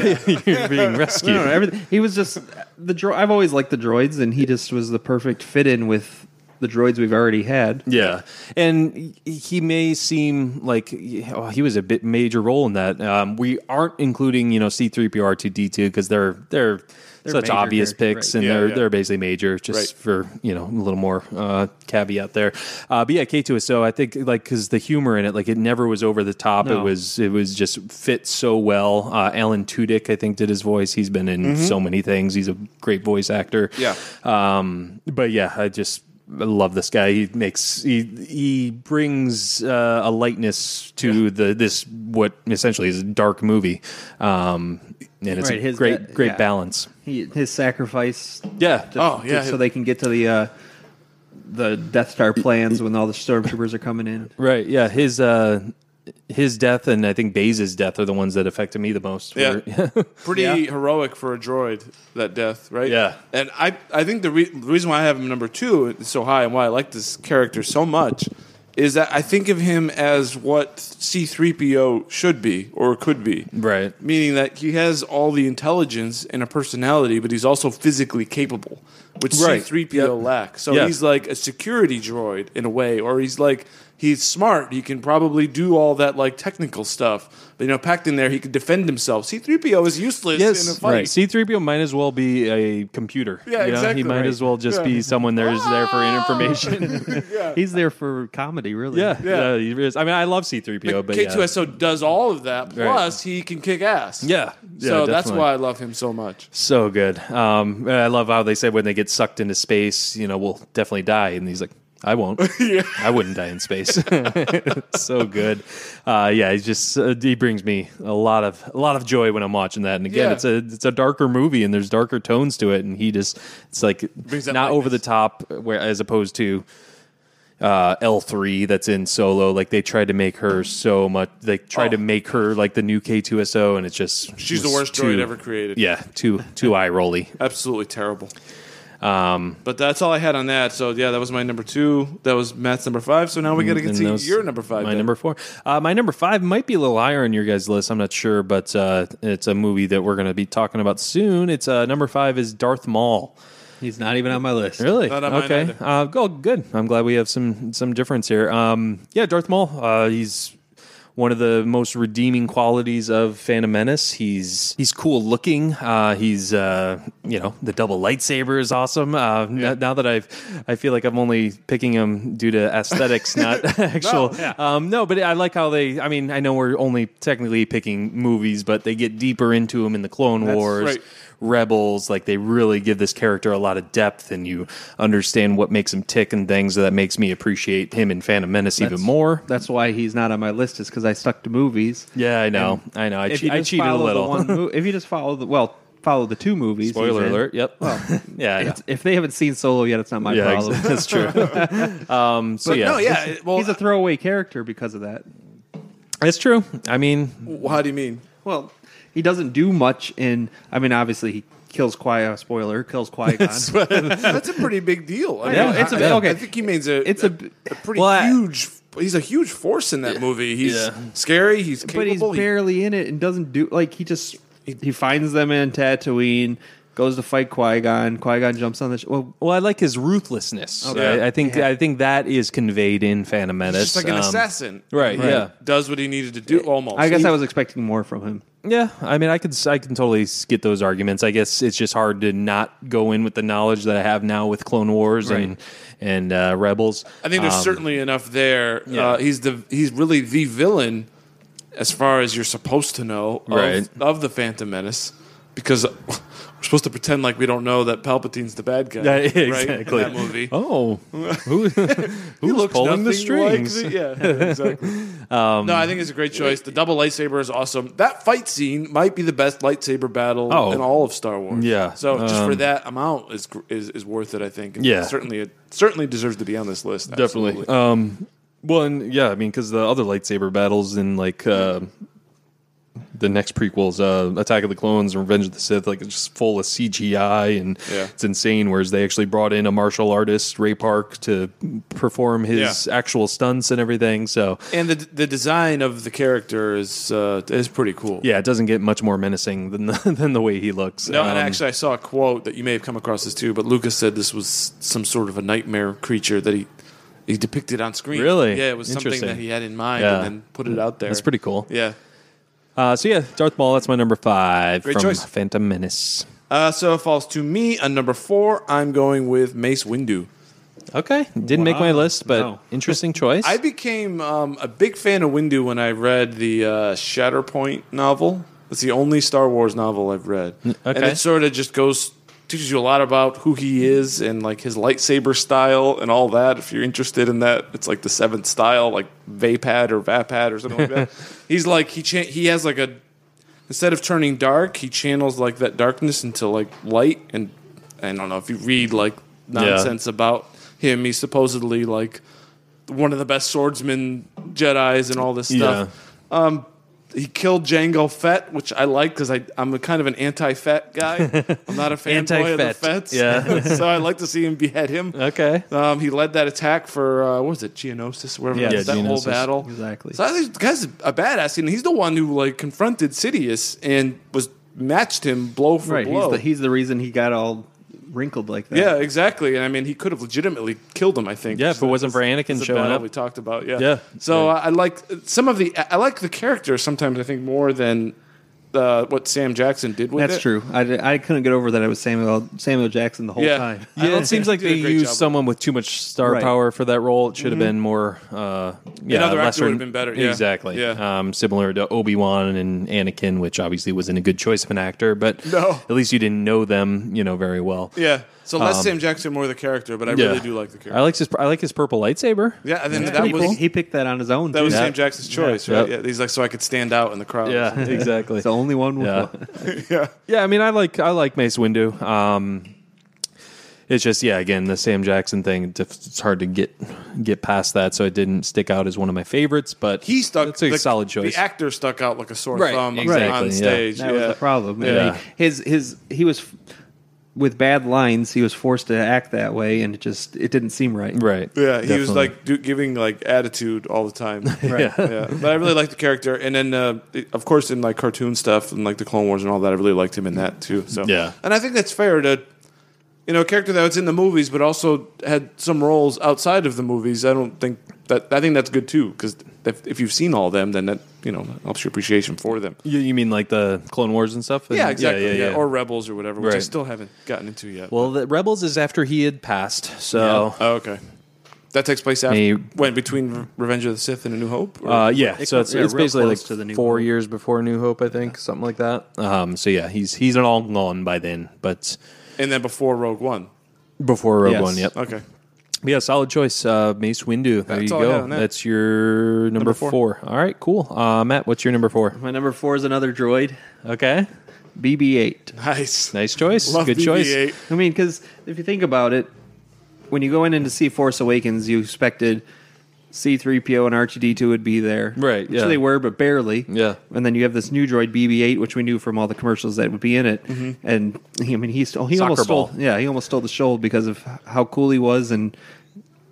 Speaker 1: you're being rescued.
Speaker 3: I don't know, everything. He was just the dro- I've always liked the droids, and he just was the perfect fit in with the droids we've already had.
Speaker 1: Yeah, and he- he may seem like oh, he was a bit major role in that. Um, we aren't including you know C three PO R two D two because they're they're, such
Speaker 3: major
Speaker 1: obvious
Speaker 3: characters,
Speaker 1: picks
Speaker 3: right.
Speaker 1: and
Speaker 2: Yeah,
Speaker 1: they're
Speaker 2: yeah.
Speaker 1: they're basically major just
Speaker 2: Right.
Speaker 1: for you know a little more uh, caveat there. Uh, but yeah, K two SO I think like because the humor in it like it never was over the top. It
Speaker 3: No.
Speaker 1: was it was just fit so well. Uh, Alan Tudyk I think did his voice. He's been in
Speaker 3: Mm-hmm.
Speaker 1: so many things. He's a great voice actor.
Speaker 2: Yeah.
Speaker 1: Um, but yeah, I just love this guy. He makes he he brings uh, a lightness to the this what essentially is a dark movie, um, and it's
Speaker 3: Right,
Speaker 1: a
Speaker 3: his-
Speaker 1: great great
Speaker 3: yeah.
Speaker 1: balance.
Speaker 3: He, his sacrifice.
Speaker 1: Yeah.
Speaker 2: Oh yeah,
Speaker 3: so they can get to the uh, the Death Star plans when all the stormtroopers are coming in.
Speaker 1: Right. Yeah. His uh, his death and I think Baze's death are the ones that affected me the most.
Speaker 2: Yeah.
Speaker 1: Where-
Speaker 2: pretty
Speaker 3: Yeah.
Speaker 2: heroic for a droid that death, right?
Speaker 1: Yeah.
Speaker 2: and I I think the, re- the reason why I have him number two so high and why I like this character so much is that I think of him as what C three PO should be or could be,
Speaker 1: Right.
Speaker 2: Meaning that he has all the intelligence and a personality, but he's also physically capable. which
Speaker 1: Right.
Speaker 2: C3PO lacks. So
Speaker 1: Yeah.
Speaker 2: he's like a security droid in a way, or he's like he's smart. He can probably do all that like technical stuff. But you know, packed in there, he could defend himself. C3PO is useless in a fight.
Speaker 1: right. C-3PO might as well be a computer.
Speaker 2: Yeah,
Speaker 1: you know?
Speaker 2: exactly
Speaker 1: He might
Speaker 2: right.
Speaker 1: as well just
Speaker 2: Yeah. Ah!
Speaker 1: be someone there's there for information.
Speaker 3: He's there for comedy, really.
Speaker 1: yeah,
Speaker 2: Yeah.
Speaker 1: yeah. he is. I mean, I love C-3PO, but yeah.
Speaker 2: K2SO does all of that. Plus, he can kick ass.
Speaker 1: Yeah. Yeah,
Speaker 2: so that's
Speaker 1: definitely.
Speaker 2: why I love him so much.
Speaker 1: So good. Um, I love how they said when they get sucked into space, you know, we'll definitely die. And he's like, I won't. I wouldn't die in space. so good. Uh, yeah, he's just uh, he brings me a lot of a lot of joy when I'm watching that. And again,
Speaker 2: Yeah.
Speaker 1: it's a it's a darker movie and there's darker tones to it. And he just it's like
Speaker 2: Brings that
Speaker 1: not over the
Speaker 2: lightness.
Speaker 1: top, where as opposed to uh, L three that's in Solo. Like they tried to make her so much. They tried to make her like the new K two S O, and it's just
Speaker 2: Oh. She's the
Speaker 1: it's
Speaker 2: worst droid ever created.
Speaker 1: Yeah, too too eye rolly.
Speaker 2: Absolutely terrible. Um, but that's all I had on that. So yeah, that was my number two. That was Matt's number five. So now we got to get
Speaker 1: And
Speaker 2: to
Speaker 1: those-
Speaker 2: your number five.
Speaker 1: My
Speaker 2: then.
Speaker 1: number four. Uh, my number five might be a little higher on your guys' list. I'm not sure, but uh, it's a movie that we're going to be talking about soon. It's uh, number five is Darth Maul.
Speaker 3: He's not even on my list.
Speaker 1: Really?
Speaker 2: Not on mine
Speaker 1: okay.
Speaker 2: either.
Speaker 1: uh, go good. I'm glad we have some some difference here. Um, yeah, Darth Maul. Uh, he's one of the most redeeming qualities of Phantom Menace. He's he's cool looking. Uh, he's uh, you know the double lightsaber is awesome. Uh, n- now that I've I feel like I'm only picking him due to aesthetics, not actual.
Speaker 2: yeah.
Speaker 1: Um, no, but I like how they. I mean, I know we're only technically picking movies, but they get deeper into him in the Clone Wars.
Speaker 2: right.
Speaker 1: Rebels, like they really give this character a lot of depth, and you understand what makes him tick and things. So that makes me appreciate him in Phantom Menace even more.
Speaker 3: That's why he's not on my list, is because I stuck to movies.
Speaker 1: Yeah, I know, I know. I,
Speaker 3: If
Speaker 1: che-
Speaker 3: you
Speaker 1: I
Speaker 3: just
Speaker 1: cheated a
Speaker 3: follow the
Speaker 1: little.
Speaker 3: one mo- if you just follow the well, follow the two movies. he's
Speaker 1: Spoiler
Speaker 3: in.
Speaker 1: alert. Yep. yeah, I know.
Speaker 3: It's- If they haven't seen Solo yet, it's not my
Speaker 1: yeah,
Speaker 3: problem.
Speaker 1: ex- that's true. um, so
Speaker 2: But
Speaker 1: yeah,
Speaker 2: no, yeah. it- Well,
Speaker 3: he's a throwaway character because of that.
Speaker 1: it's true. I mean,
Speaker 2: uh, how do you mean?
Speaker 3: Well, he doesn't do much in. I mean, obviously he kills Qui. uh, Spoiler kills Qui Gon.
Speaker 2: That's a pretty big deal. I
Speaker 3: Yeah,
Speaker 2: mean,
Speaker 3: it's
Speaker 2: I-
Speaker 3: a-
Speaker 2: I-
Speaker 3: okay.
Speaker 2: I think he means a.
Speaker 3: It's
Speaker 2: a,
Speaker 3: a-
Speaker 2: a pretty
Speaker 1: Well, I-
Speaker 2: huge. He's a huge force in that movie. He's
Speaker 1: Yeah.
Speaker 2: scary. He's
Speaker 3: but he's
Speaker 2: capable. he-
Speaker 3: barely in it and doesn't do like he just he finds them in Tatooine, goes to fight Qui Gon. Qui Gon jumps on the sh- well.
Speaker 1: well, I like his ruthlessness.
Speaker 2: Okay.
Speaker 1: I, I think
Speaker 3: Yeah.
Speaker 1: I think that is conveyed in Phantom Menace.
Speaker 2: just like an
Speaker 1: Um,
Speaker 2: assassin.
Speaker 1: Right, Yeah.
Speaker 2: Does what he needed to do. Almost.
Speaker 3: I guess
Speaker 2: He-
Speaker 3: I was expecting more from him.
Speaker 1: Yeah, I mean, I can I can totally get those arguments. I guess it's just hard to not go in with the knowledge that I have now with Clone Wars and and uh, Rebels.
Speaker 2: I think there's
Speaker 1: Um,
Speaker 2: certainly enough there.
Speaker 1: yeah.
Speaker 2: Uh, he's the he's really the villain as far as you're supposed to know of,
Speaker 1: Right.
Speaker 2: of the Phantom Menace because we're supposed to pretend like we don't know that Palpatine's the bad guy.
Speaker 1: Yeah,
Speaker 2: right, in
Speaker 1: exactly.
Speaker 2: that movie.
Speaker 1: Oh, who,
Speaker 2: He
Speaker 1: who's
Speaker 2: looks
Speaker 1: pulling the
Speaker 2: nothing like
Speaker 1: strings? Um,
Speaker 2: the- yeah, exactly. no, I think it's a great choice. The double lightsaber is awesome. That fight scene might be the best lightsaber battle
Speaker 1: Oh.
Speaker 2: in all of Star Wars.
Speaker 1: Yeah.
Speaker 2: So just for
Speaker 1: Um,
Speaker 2: that amount is gr- is, is worth it. I think. And
Speaker 1: Yeah.
Speaker 2: Certainly, it certainly deserves to be on this list.
Speaker 1: Definitely.
Speaker 2: absolutely.
Speaker 1: Um, well, and yeah, I mean, because the other lightsaber battles in like uh, the next prequels, uh, Attack of the Clones and Revenge of the Sith, like it's just full of CGI and
Speaker 2: Yeah.
Speaker 1: it's insane. Whereas they actually brought in a martial artist, Ray Park, to perform his actual stunts and everything. So
Speaker 2: And the the design of the character is uh, is pretty cool.
Speaker 1: yeah, it doesn't get much more menacing than the, than the way he looks.
Speaker 2: No, and
Speaker 1: Um,
Speaker 2: actually, I saw a quote that you may have come across this too. But Lucas said this was some sort of a nightmare creature that he he depicted on screen.
Speaker 1: Really?
Speaker 2: Yeah, it was something
Speaker 1: Interesting.
Speaker 2: that he had in mind
Speaker 1: Yeah.
Speaker 2: and then put it out there.
Speaker 1: that's pretty cool.
Speaker 2: Yeah.
Speaker 1: Uh, so yeah, Darth Maul. That's my number five
Speaker 2: Great
Speaker 1: from
Speaker 2: choice.
Speaker 1: Phantom Menace.
Speaker 2: Uh, so it falls to me on number four. I'm going with Mace Windu.
Speaker 1: Okay, didn't make my
Speaker 3: Wow.
Speaker 1: list, but
Speaker 3: No.
Speaker 1: interesting choice.
Speaker 2: I became um, a big fan of Windu when I read the uh, Shatterpoint novel. It's the only Star Wars novel I've read, and
Speaker 1: okay.
Speaker 2: it sort of just goes teaches you a lot about who he is and like his lightsaber style and all that. If you're interested in that, it's like the seventh style, like Vapad or Vapad or something like that. He's like he cha- he has like a instead of turning dark, he channels like that darkness into like light. And I don't know if you read like nonsense about him. He's supposedly like one of the best swordsmen, Jedi's, and all this
Speaker 1: Yeah.
Speaker 2: stuff. Um, he killed Jango Fett, which I like because I'm a kind of an anti-Fett guy. I'm not a fanboy of the
Speaker 1: Anti-Fett.
Speaker 2: Fets,
Speaker 1: Yeah.
Speaker 2: so I like to see him behead him.
Speaker 1: okay.
Speaker 2: Um, he led that attack for uh, what was it, Geonosis, wherever
Speaker 3: Yeah,
Speaker 2: that, that whole
Speaker 1: Geonosis.
Speaker 2: battle.
Speaker 3: Exactly.
Speaker 2: So I think the guy's a badass, and he's the one who like confronted Sidious and was matched him blow for
Speaker 3: Right.
Speaker 2: blow.
Speaker 3: He's the he's the reason he got all wrinkled like that.
Speaker 2: Yeah, exactly. And I mean, he could have legitimately killed him. I think.
Speaker 1: Yeah, if it wasn't for Anakin
Speaker 2: That's a
Speaker 1: showing
Speaker 2: battle
Speaker 1: up.
Speaker 2: we talked about. Yeah.
Speaker 1: Yeah.
Speaker 2: So I I like some of the. I like the character sometimes. I think more than uh, what Sam Jackson did with
Speaker 3: That's
Speaker 2: it.
Speaker 3: true. I, I couldn't get over that I was Samuel Samuel Jackson the whole
Speaker 2: Yeah.
Speaker 3: time.
Speaker 1: I don't- it seems like
Speaker 2: Did
Speaker 1: they
Speaker 2: a great job
Speaker 1: used
Speaker 2: with
Speaker 1: someone with too much star
Speaker 3: Right. Mm-hmm.
Speaker 1: power for that role. It should have been more. Uh, yeah,
Speaker 2: Another actor
Speaker 1: lesser-
Speaker 2: would have been better, yeah.
Speaker 1: Exactly.
Speaker 2: Yeah.
Speaker 1: Um, similar to Obi Wan and Anakin, which obviously wasn't a good choice of an actor, but
Speaker 2: No.
Speaker 1: at least you didn't know them, you know, very well.
Speaker 2: Yeah. So less Sam Jackson, more the character. But I
Speaker 1: Um, Yeah.
Speaker 2: really do like the character.
Speaker 1: I like his. I like his purple lightsaber.
Speaker 2: yeah, and then
Speaker 3: He,
Speaker 2: that was
Speaker 3: picked, he picked that on his own.
Speaker 2: that was
Speaker 1: Yeah.
Speaker 2: Sam Jackson's choice,
Speaker 1: Yep.
Speaker 2: right? Yeah. He's like, so I could stand out in the crowd.
Speaker 1: Yeah, exactly.
Speaker 3: it's the only one. With
Speaker 1: Yeah.
Speaker 3: one.
Speaker 1: Yeah, I mean, I like I like Mace Windu. Um, it's just yeah, again the Sam Jackson thing. It's it's hard to get get past that, so it didn't stick out as one of my favorites. But
Speaker 2: He stuck.
Speaker 1: It's a
Speaker 2: the-
Speaker 1: solid choice.
Speaker 2: The actor stuck out like a sore
Speaker 1: Right,
Speaker 2: thumb
Speaker 1: exactly,
Speaker 2: on
Speaker 1: yeah.
Speaker 2: stage.
Speaker 3: That was
Speaker 2: yeah.
Speaker 3: the problem. And
Speaker 1: Yeah.
Speaker 3: he- his his he was f- with bad lines. He was forced to act that way, and it just it didn't seem right.
Speaker 1: right?
Speaker 2: Yeah, he was
Speaker 1: Definitely.
Speaker 2: like do, giving like attitude all the time.
Speaker 3: Right.
Speaker 2: yeah, but I really liked the character, and then uh, it- of course in like cartoon stuff and like the Clone Wars and all that, I really liked him in that too. So
Speaker 1: Yeah.
Speaker 2: and I think that's fair to you know a character that was in the movies, but also had some roles outside of the movies. I don't think that I think that's good too because if, if you've seen all of them, then that you know helps your appreciation for them.
Speaker 1: you, you mean like the Clone Wars and stuff?
Speaker 2: Yeah, exactly.
Speaker 1: yeah, yeah.
Speaker 2: Or Rebels or whatever, which I
Speaker 1: Right.
Speaker 2: still haven't gotten into yet.
Speaker 1: well, the Rebels is after he had passed, so.
Speaker 2: oh, okay. That takes place after
Speaker 1: He-
Speaker 2: when between Revenge of the Sith and A New Hope. or-
Speaker 1: Uh, yeah, so it's,
Speaker 3: yeah,
Speaker 1: it's
Speaker 3: real
Speaker 1: basically like
Speaker 3: close to the New
Speaker 1: four
Speaker 3: Hope.
Speaker 1: years before New Hope, I think, something like that. Um, so yeah, he's he's all gone by then, but
Speaker 2: and then before Rogue One.
Speaker 1: before Rogue
Speaker 3: Yes.
Speaker 1: One, yep.
Speaker 2: Okay.
Speaker 1: Yeah, solid choice. Uh, Mace Windu. There
Speaker 2: That's
Speaker 1: you
Speaker 2: all I had
Speaker 1: go.
Speaker 2: on that.
Speaker 1: That's your number,
Speaker 2: four.
Speaker 1: four. All right, cool. Uh, Matt, what's your number four?
Speaker 3: My number four is another droid,
Speaker 1: Okay,
Speaker 3: BB-8.
Speaker 2: Nice.
Speaker 1: nice choice.
Speaker 2: Love
Speaker 1: Good
Speaker 2: BB-8.
Speaker 1: choice.
Speaker 3: I mean, because if you think about it, when you go in and to see Force Awakens, you expected C-3PO and R2D2 would be there,
Speaker 1: Right,
Speaker 3: Which
Speaker 1: yeah.
Speaker 3: they were, but barely.
Speaker 1: Yeah.
Speaker 3: And then you have this new droid BB-8, which we knew from all the commercials that would be in it. And he, I mean, he stole, he
Speaker 1: Mm-hmm. Soccer
Speaker 3: almost
Speaker 1: ball.
Speaker 3: stole, yeah, he almost stole the show because of how cool he was and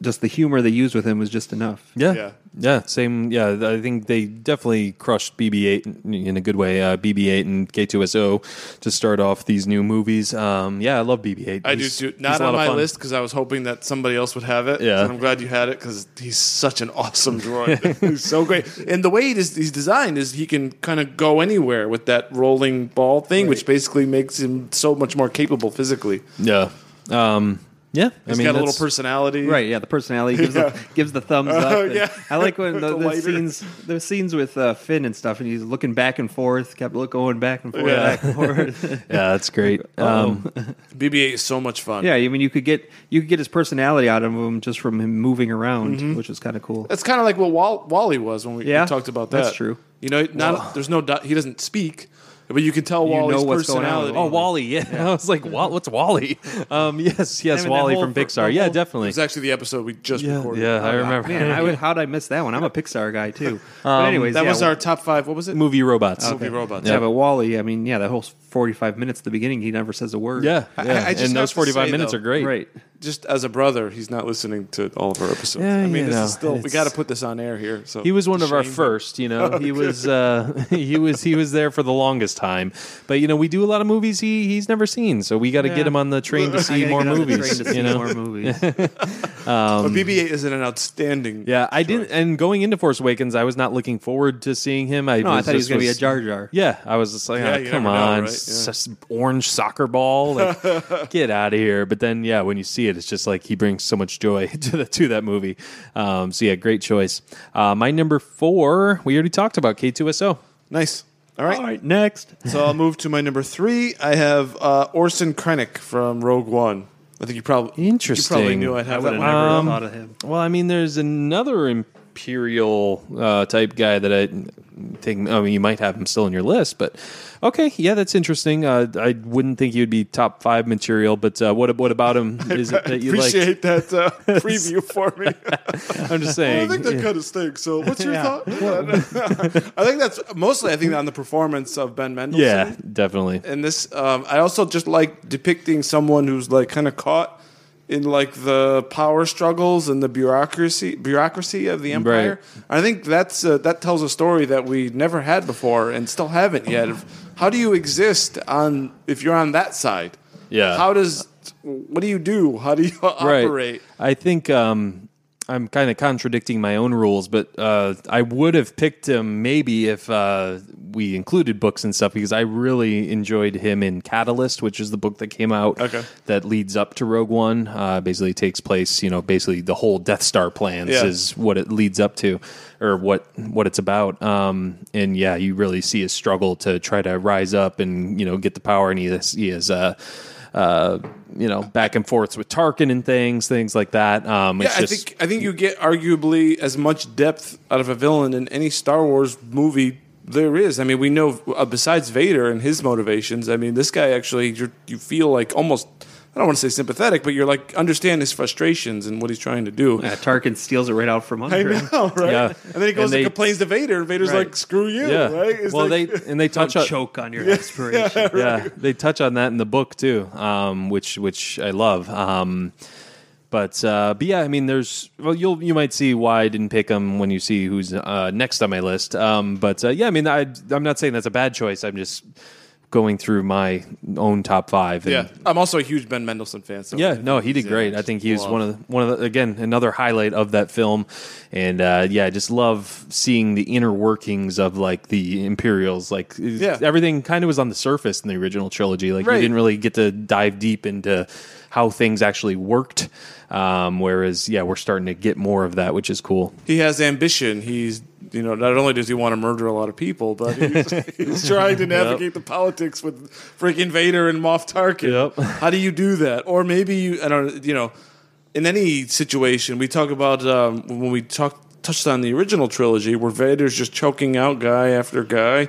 Speaker 3: just the humor they used with him was just enough.
Speaker 1: Yeah.
Speaker 2: Yeah.
Speaker 1: yeah, same. Yeah, I think they definitely crushed BB-8 in- in a good way. Uh, BB-8 and K2SO to start off these new movies. Um, yeah, I love BB-8.
Speaker 2: I do
Speaker 1: He's-
Speaker 2: too.
Speaker 1: he's
Speaker 2: Not
Speaker 1: a lot
Speaker 2: on
Speaker 1: of
Speaker 2: my
Speaker 1: fun.
Speaker 2: list because I was hoping that somebody else would have it.
Speaker 1: Yeah.
Speaker 2: And I'm glad you had it because he's such an awesome droid. he's so great. And the way he is, he's designed is he can kind of go anywhere with that rolling ball thing, which basically makes him so much more capable physically. He's
Speaker 1: Yeah, um, yeah. I mean,
Speaker 2: got a little
Speaker 1: that's-
Speaker 2: personality.
Speaker 3: Right, yeah, the personality gives the, gives the thumbs up.
Speaker 2: Oh,
Speaker 3: and
Speaker 2: yeah.
Speaker 3: I like when the,
Speaker 2: The
Speaker 3: the
Speaker 2: lighter.
Speaker 3: scenes the scenes with uh, Finn and stuff, and he's looking back and forth, kept look going back and forth,
Speaker 2: Yeah.
Speaker 3: back and forth.
Speaker 1: Yeah, that's great.
Speaker 2: Oh,
Speaker 1: Um,
Speaker 2: BB 8 is so much fun.
Speaker 3: yeah, I mean, you could get you could get his personality out of him just from him moving around,
Speaker 2: Mm-hmm.
Speaker 3: which was kind of cool.
Speaker 2: That's kind of like what Wall- Wally was when we, we
Speaker 3: Yeah,
Speaker 2: talked about that.
Speaker 3: that's true.
Speaker 2: You know, not, there's no di- he doesn't speak, but you can tell Wally's
Speaker 3: know what's going on with
Speaker 2: personality.
Speaker 1: oh, Wally. Yeah, I was like, Wall- what's Wally? Um, yes, yes,
Speaker 3: I mean, that
Speaker 1: Wally
Speaker 3: whole
Speaker 1: from
Speaker 3: fir-
Speaker 1: Pixar.
Speaker 3: the
Speaker 1: Yeah,
Speaker 3: whole-
Speaker 1: definitely.
Speaker 2: It's actually the episode we just
Speaker 1: Yeah,
Speaker 2: recorded.
Speaker 1: yeah, I remember. Um,
Speaker 3: Man, I would, how'd I miss that one? I'm a Pixar guy too. but anyways,
Speaker 2: That
Speaker 3: yeah,
Speaker 2: was our top five. What was it?
Speaker 1: movie robots.
Speaker 2: Movie robots.
Speaker 3: yeah, but Wally. I mean, yeah, that whole 45 minutes at the beginning, he never says a word.
Speaker 1: Yeah,
Speaker 2: I-
Speaker 1: yeah.
Speaker 2: I just
Speaker 1: and those
Speaker 2: have to
Speaker 1: forty-five
Speaker 2: say,
Speaker 1: minutes
Speaker 2: though-
Speaker 1: are great.
Speaker 3: right.
Speaker 2: Just as a brother, he's not listening to all of our episodes.
Speaker 1: Yeah,
Speaker 2: I mean,
Speaker 1: you
Speaker 2: this
Speaker 1: know,
Speaker 2: is still we
Speaker 1: it's-
Speaker 2: got to put this on air here. So
Speaker 1: He was one of our
Speaker 2: Shame.
Speaker 1: first, you know. He was uh, he was he was there for the longest time. But you know, we do a lot of movies he he's never seen, so we got to get him on the train to see
Speaker 3: I gotta
Speaker 1: more
Speaker 3: get on the train
Speaker 1: movies.
Speaker 3: to see
Speaker 1: you know,
Speaker 3: more movies.
Speaker 2: But BB-8 is an outstanding.
Speaker 1: Um, yeah. I didn't. And going into Force Awakens, I was not looking forward to seeing him. I
Speaker 3: No, I
Speaker 1: was
Speaker 3: thought he was
Speaker 1: just
Speaker 3: going to be a
Speaker 1: was-
Speaker 3: Jar Jar.
Speaker 1: Yeah, I was just like,
Speaker 2: Yeah,
Speaker 1: "Ah,
Speaker 2: you
Speaker 1: come
Speaker 2: never know,
Speaker 1: on,
Speaker 2: right?
Speaker 1: s- s- orange soccer ball, like, get out of here. But then, yeah, when you see it, it's just like he brings so much joy to the, to that movie. Um, so yeah, great choice. Uh, my number four, we already talked about K2SO.
Speaker 2: nice. All right.
Speaker 3: All right, next.
Speaker 2: so I'll move to my number three. I have uh, Orson Krennic from Rogue One. I think you probably
Speaker 1: Interesting.
Speaker 2: You probably knew I'd
Speaker 3: I
Speaker 2: have
Speaker 3: would
Speaker 2: that
Speaker 3: have
Speaker 2: one.
Speaker 3: never
Speaker 1: Um,
Speaker 3: thought of him.
Speaker 1: Well, I mean, there's another imperial uh, type guy that I think. I mean, you might have him still in your list, but okay, yeah, that's interesting. Uh, I wouldn't think he would be top five material, but uh, what what about him is it that you like?
Speaker 2: Appreciate that uh, preview for me.
Speaker 1: I'm just
Speaker 2: I
Speaker 1: saying.
Speaker 2: think that kind of stinks. So, what's your
Speaker 3: Yeah.
Speaker 2: thought? I think that's mostly. I think on the performance of Ben Mendelsohn.
Speaker 1: yeah, definitely.
Speaker 2: and this um, I also just like depicting someone who's like kind of caught in like the power struggles and the bureaucracy bureaucracy of the empire. I think that's uh, that tells a story that we never had before and still haven't yet. Of how do you exist on if you're on that side?
Speaker 1: Yeah.
Speaker 2: How does just what do you do? How do you operate?
Speaker 1: I think um, I'm kind of contradicting my own rules, but uh, I would have picked him maybe if uh, we included books and stuff because I really enjoyed him in Catalyst, which is the book that came out
Speaker 2: Okay.
Speaker 1: that leads up to Rogue One. Uh, basically, takes place, you know, basically the whole Death Star plans
Speaker 2: Yeah.
Speaker 1: is what it leads up to or what what it's about. Um, and yeah, you really see his struggle to try to rise up and you know get the power, and he is, he is uh, uh, you know back and forths with Tarkin and things, things like that. Um,
Speaker 2: Yeah,
Speaker 1: it's
Speaker 2: I
Speaker 1: just,
Speaker 2: think I think you get arguably as much depth out of a villain in any Star Wars movie there is. I mean, we know uh, besides Vader and his motivations. I mean, this guy actually you you feel like almost I don't want to say sympathetic, but you're like understand his frustrations and what he's trying to do.
Speaker 3: Yeah, Tarkin steals it right out from under
Speaker 2: I
Speaker 3: him.
Speaker 2: know, right?
Speaker 1: Yeah.
Speaker 2: And then he goes and,
Speaker 1: And they-
Speaker 2: complains to Vader, and Vader's
Speaker 3: Right.
Speaker 2: like, "Screw you!"
Speaker 1: yeah.
Speaker 2: Right? It's
Speaker 1: well,
Speaker 2: like-
Speaker 1: they and they
Speaker 3: Don't
Speaker 1: touch on
Speaker 3: choke on your aspiration.
Speaker 1: yeah, they touch on that in the book too, um, which which I love. Um, but uh, but yeah, I mean, there's well, you'll you might see why I didn't pick him when you see who's uh, next on my list. Um, but uh, yeah, I mean, I I'm not saying that's a bad choice. I'm just going through my own top five. And,
Speaker 2: yeah. I'm also a huge Ben Mendelsohn fan. So
Speaker 1: Yeah, no, he did
Speaker 2: Yeah,
Speaker 1: great. I
Speaker 2: just
Speaker 1: think he was
Speaker 2: love.
Speaker 1: one of the, one of the, again another highlight of that film, and uh, yeah, I just love seeing the inner workings of like the Imperials. Like
Speaker 2: Yeah.
Speaker 1: everything kind of was on the surface in the original trilogy. Like
Speaker 2: Right.
Speaker 1: you didn't really get to dive deep into how things actually worked. Um, whereas yeah, we're starting to get more of that, which is cool.
Speaker 2: he has ambition. He's you know not only does he want to murder a lot of people, but he's, he's trying to navigate the politics with freaking Vader and Moff Tarkin.
Speaker 1: Yep.
Speaker 2: How do you do that? Or maybe you I don't you know in any situation we talk about um, when we talk touched on the original trilogy where Vader's just choking out guy after guy.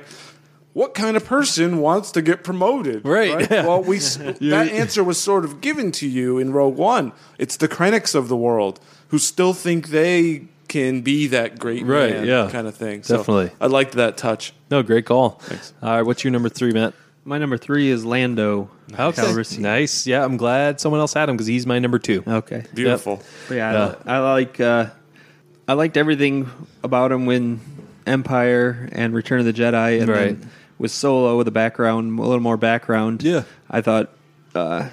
Speaker 2: What kind of person wants to get promoted?
Speaker 1: Right, yeah.
Speaker 2: Well, we s- that
Speaker 1: e-,
Speaker 2: answer was sort of given to you in Rogue One. It's the Krennics of the world who still think they can be that great
Speaker 1: Right,
Speaker 2: man
Speaker 1: yeah.
Speaker 2: kind of thing. So
Speaker 1: Definitely.
Speaker 2: I liked that touch.
Speaker 1: No, great call. Thanks. All right, what's your number three, Matt?
Speaker 3: My number three is Lando. Calrissian.
Speaker 1: Nice. Yeah, I'm glad someone else had him because he's my number two.
Speaker 3: Okay.
Speaker 2: Beautiful.
Speaker 3: But yeah,
Speaker 1: Yeah.
Speaker 3: I, I like uh, I liked everything about him when Empire and Return of the Jedi, and
Speaker 1: Right.
Speaker 3: then with Solo with the background, a little more background.
Speaker 1: Yeah.
Speaker 3: I thought uh,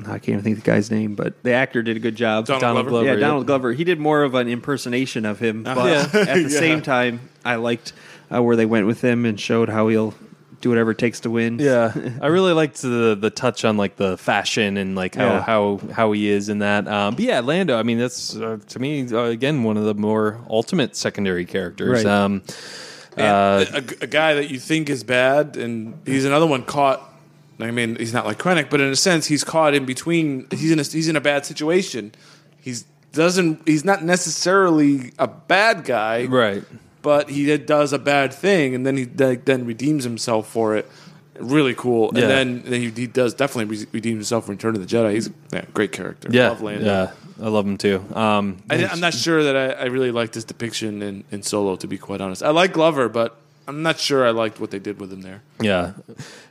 Speaker 3: I can't even think of the guy's name, but the actor did a good job.
Speaker 2: Donald Glover.
Speaker 3: yeah, Uh,
Speaker 1: yep.
Speaker 3: Donald Glover. He did more of an impersonation of him, but
Speaker 1: Yeah.
Speaker 3: at the same time, I liked uh, where they went with him and showed how he'll do whatever it takes to win.
Speaker 1: Yeah, I really liked the the touch on like the fashion and like how
Speaker 3: Yeah.
Speaker 1: how how he is in that. Um, but yeah, Lando. I mean, that's uh, to me uh, again one of the more ultimate secondary characters.
Speaker 3: Right.
Speaker 1: Um,
Speaker 2: And
Speaker 1: uh,
Speaker 2: a, a guy that you think is bad, and he's another one caught. I mean, he's not like Krennic, but in a sense, he's caught in between. He's in a, he's in a bad situation. He's doesn't he's not necessarily a bad guy,
Speaker 1: right.
Speaker 2: but he did- does a bad thing and then he de- then redeems himself for it. Really cool. And
Speaker 1: Yeah.
Speaker 2: then, then he, he does definitely re- redeem himself in Return of the Jedi. He's a yeah, great character.
Speaker 1: Yeah,
Speaker 2: Love Lando.
Speaker 1: yeah, I love him too. Um,
Speaker 2: I, am not sure that I, I really liked his depiction in, in Solo, to be quite honest. I like Glover, but I'm not sure I liked what they did with him there.
Speaker 1: yeah.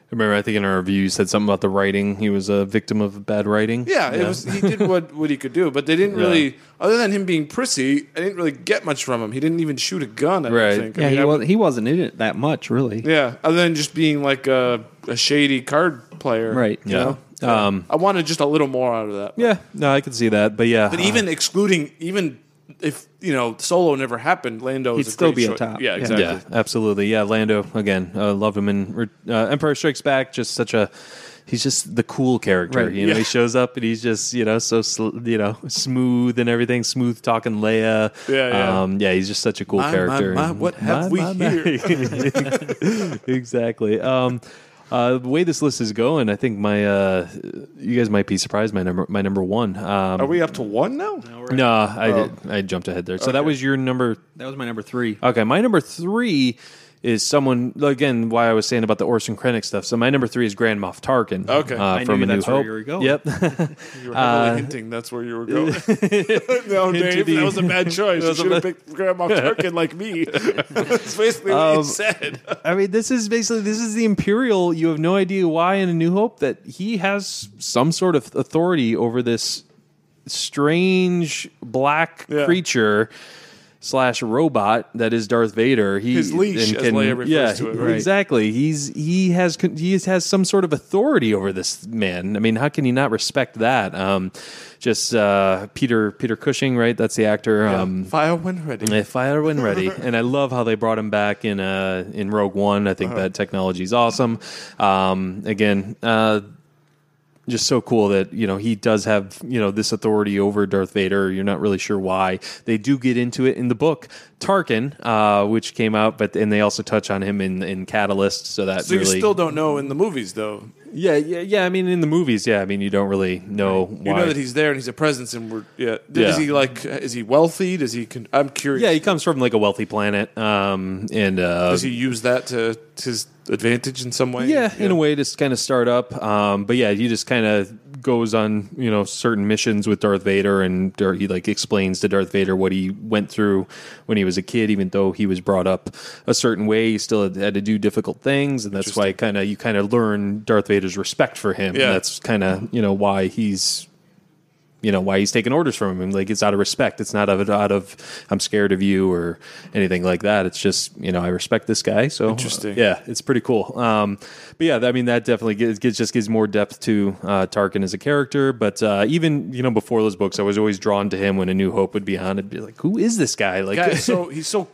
Speaker 1: I remember, I think in our review you said something about the writing. He was a victim of bad writing.
Speaker 2: Yeah, it was he did what, what he could do, but they didn't really, other than him being prissy, I didn't really get much from him. He didn't even shoot a gun, I
Speaker 1: Right.
Speaker 2: don't think. I
Speaker 3: yeah.
Speaker 2: mean,
Speaker 3: He,
Speaker 2: I-
Speaker 3: was, he wasn't in it that much, really.
Speaker 2: Yeah, other than just being like a, a shady card player,
Speaker 3: Right.
Speaker 2: you
Speaker 1: Yeah. Um,
Speaker 2: know? Yeah. I wanted just a little more out of that.
Speaker 1: yeah. No, I could see that. But yeah,
Speaker 2: but
Speaker 1: uh,
Speaker 2: even excluding, even if you know Solo never happened, Lando
Speaker 3: He'd
Speaker 2: is a
Speaker 3: still
Speaker 2: great
Speaker 3: be a
Speaker 2: choice.
Speaker 3: top.
Speaker 2: Yeah,
Speaker 3: Yeah.
Speaker 2: exactly.
Speaker 1: Yeah, absolutely. Yeah, Lando again. Uh, love him in uh, Empire Strikes Back. Just such a he's just the cool character.
Speaker 3: Right.
Speaker 1: You know,
Speaker 2: Yeah.
Speaker 1: he shows up and he's just you know so sl- you know smooth and everything. Smooth talking Leia.
Speaker 2: Yeah, yeah.
Speaker 1: Um, yeah. He's just such a cool
Speaker 2: My, my,
Speaker 1: character.
Speaker 2: my, what have we
Speaker 1: here? exactly. Um, uh, the way this list is going, I think my uh, you guys might be surprised. My number, my number one. Um,
Speaker 2: Are we up to one now?
Speaker 1: no, I
Speaker 2: Oh.
Speaker 1: I jumped ahead there. So that was your number
Speaker 3: That was my number three.
Speaker 1: Okay, my number three is someone again. Why I was saying about the Orson Krennic stuff. So my number three is Grand Moff Tarkin.
Speaker 2: Okay.
Speaker 1: uh,
Speaker 2: I
Speaker 3: knew
Speaker 1: from A
Speaker 3: that's
Speaker 1: New
Speaker 3: where
Speaker 1: Hope.
Speaker 3: you were going.
Speaker 1: Yep,
Speaker 2: You were heavily hinting that's where you were going. Uh, no, Dave,
Speaker 1: the-
Speaker 2: that was a bad choice. you
Speaker 1: was a
Speaker 2: should have
Speaker 1: bad-
Speaker 2: picked Grandma Tarkin like me. that's basically what you said.
Speaker 1: I mean this is basically this is the Imperial. You have no idea why in A New Hope that he has some sort of authority over this strange black
Speaker 2: Yeah.
Speaker 1: creature. slash robot that is Darth Vader. He
Speaker 2: His leash,
Speaker 1: and
Speaker 2: as Leia refers
Speaker 1: yeah,
Speaker 2: to it,
Speaker 1: he-
Speaker 2: right?
Speaker 1: Exactly. He's he has con- he has some sort of authority over this man. I mean, how can you not respect that? Um, just uh, Peter Peter Cushing, right? That's the actor. Um,
Speaker 2: Fire when ready.
Speaker 1: if I had when ready, and I love how they brought him back in uh in Rogue One. I think
Speaker 2: Uh-huh.
Speaker 1: that technology is awesome. Um, again, uh, just so cool that you know he does have you know this authority over Darth Vader. You're not really sure why they do get into it in the book Tarkin, uh, which came out, but and they also touch on him in in Catalyst. So that
Speaker 2: So you
Speaker 1: really,
Speaker 2: still don't know in the movies, though.
Speaker 1: yeah, yeah, yeah. I mean, in the movies, yeah. I mean, you don't really know why.
Speaker 2: You know that he's there and he's a presence, and we're yeah.
Speaker 1: Yeah.
Speaker 2: Is he like? Is he wealthy? Does he? Con- I'm curious.
Speaker 1: yeah, he comes from like a wealthy planet, um, and uh,
Speaker 2: Does he use that to, to his advantage in some way?
Speaker 1: Yeah, in a way, just kind of start up. Um, but yeah, he just kind of goes on, you know, certain missions with Darth Vader, and Dar- he like explains to Darth Vader what he went through when he was a kid. Even though he was brought up a certain way, he still had, had to do difficult things, and that's why kind of you kind of learn Darth Vader's respect for him.
Speaker 2: Yeah.
Speaker 1: And that's kind of you know why he's you know why he's taking orders from him. Like it's out of respect. It's not out of, out of I'm scared of you or anything like that. It's just you know I respect this guy. So
Speaker 2: Interesting.
Speaker 1: uh, yeah, it's pretty cool. Um, but yeah, I mean that definitely gives, gives just gives more depth to uh, Tarkin as a character. But uh, even you know before those books, I was always drawn to him when A New Hope would be on. I'd be like, who is this guy? Like
Speaker 2: Guy, is so he's so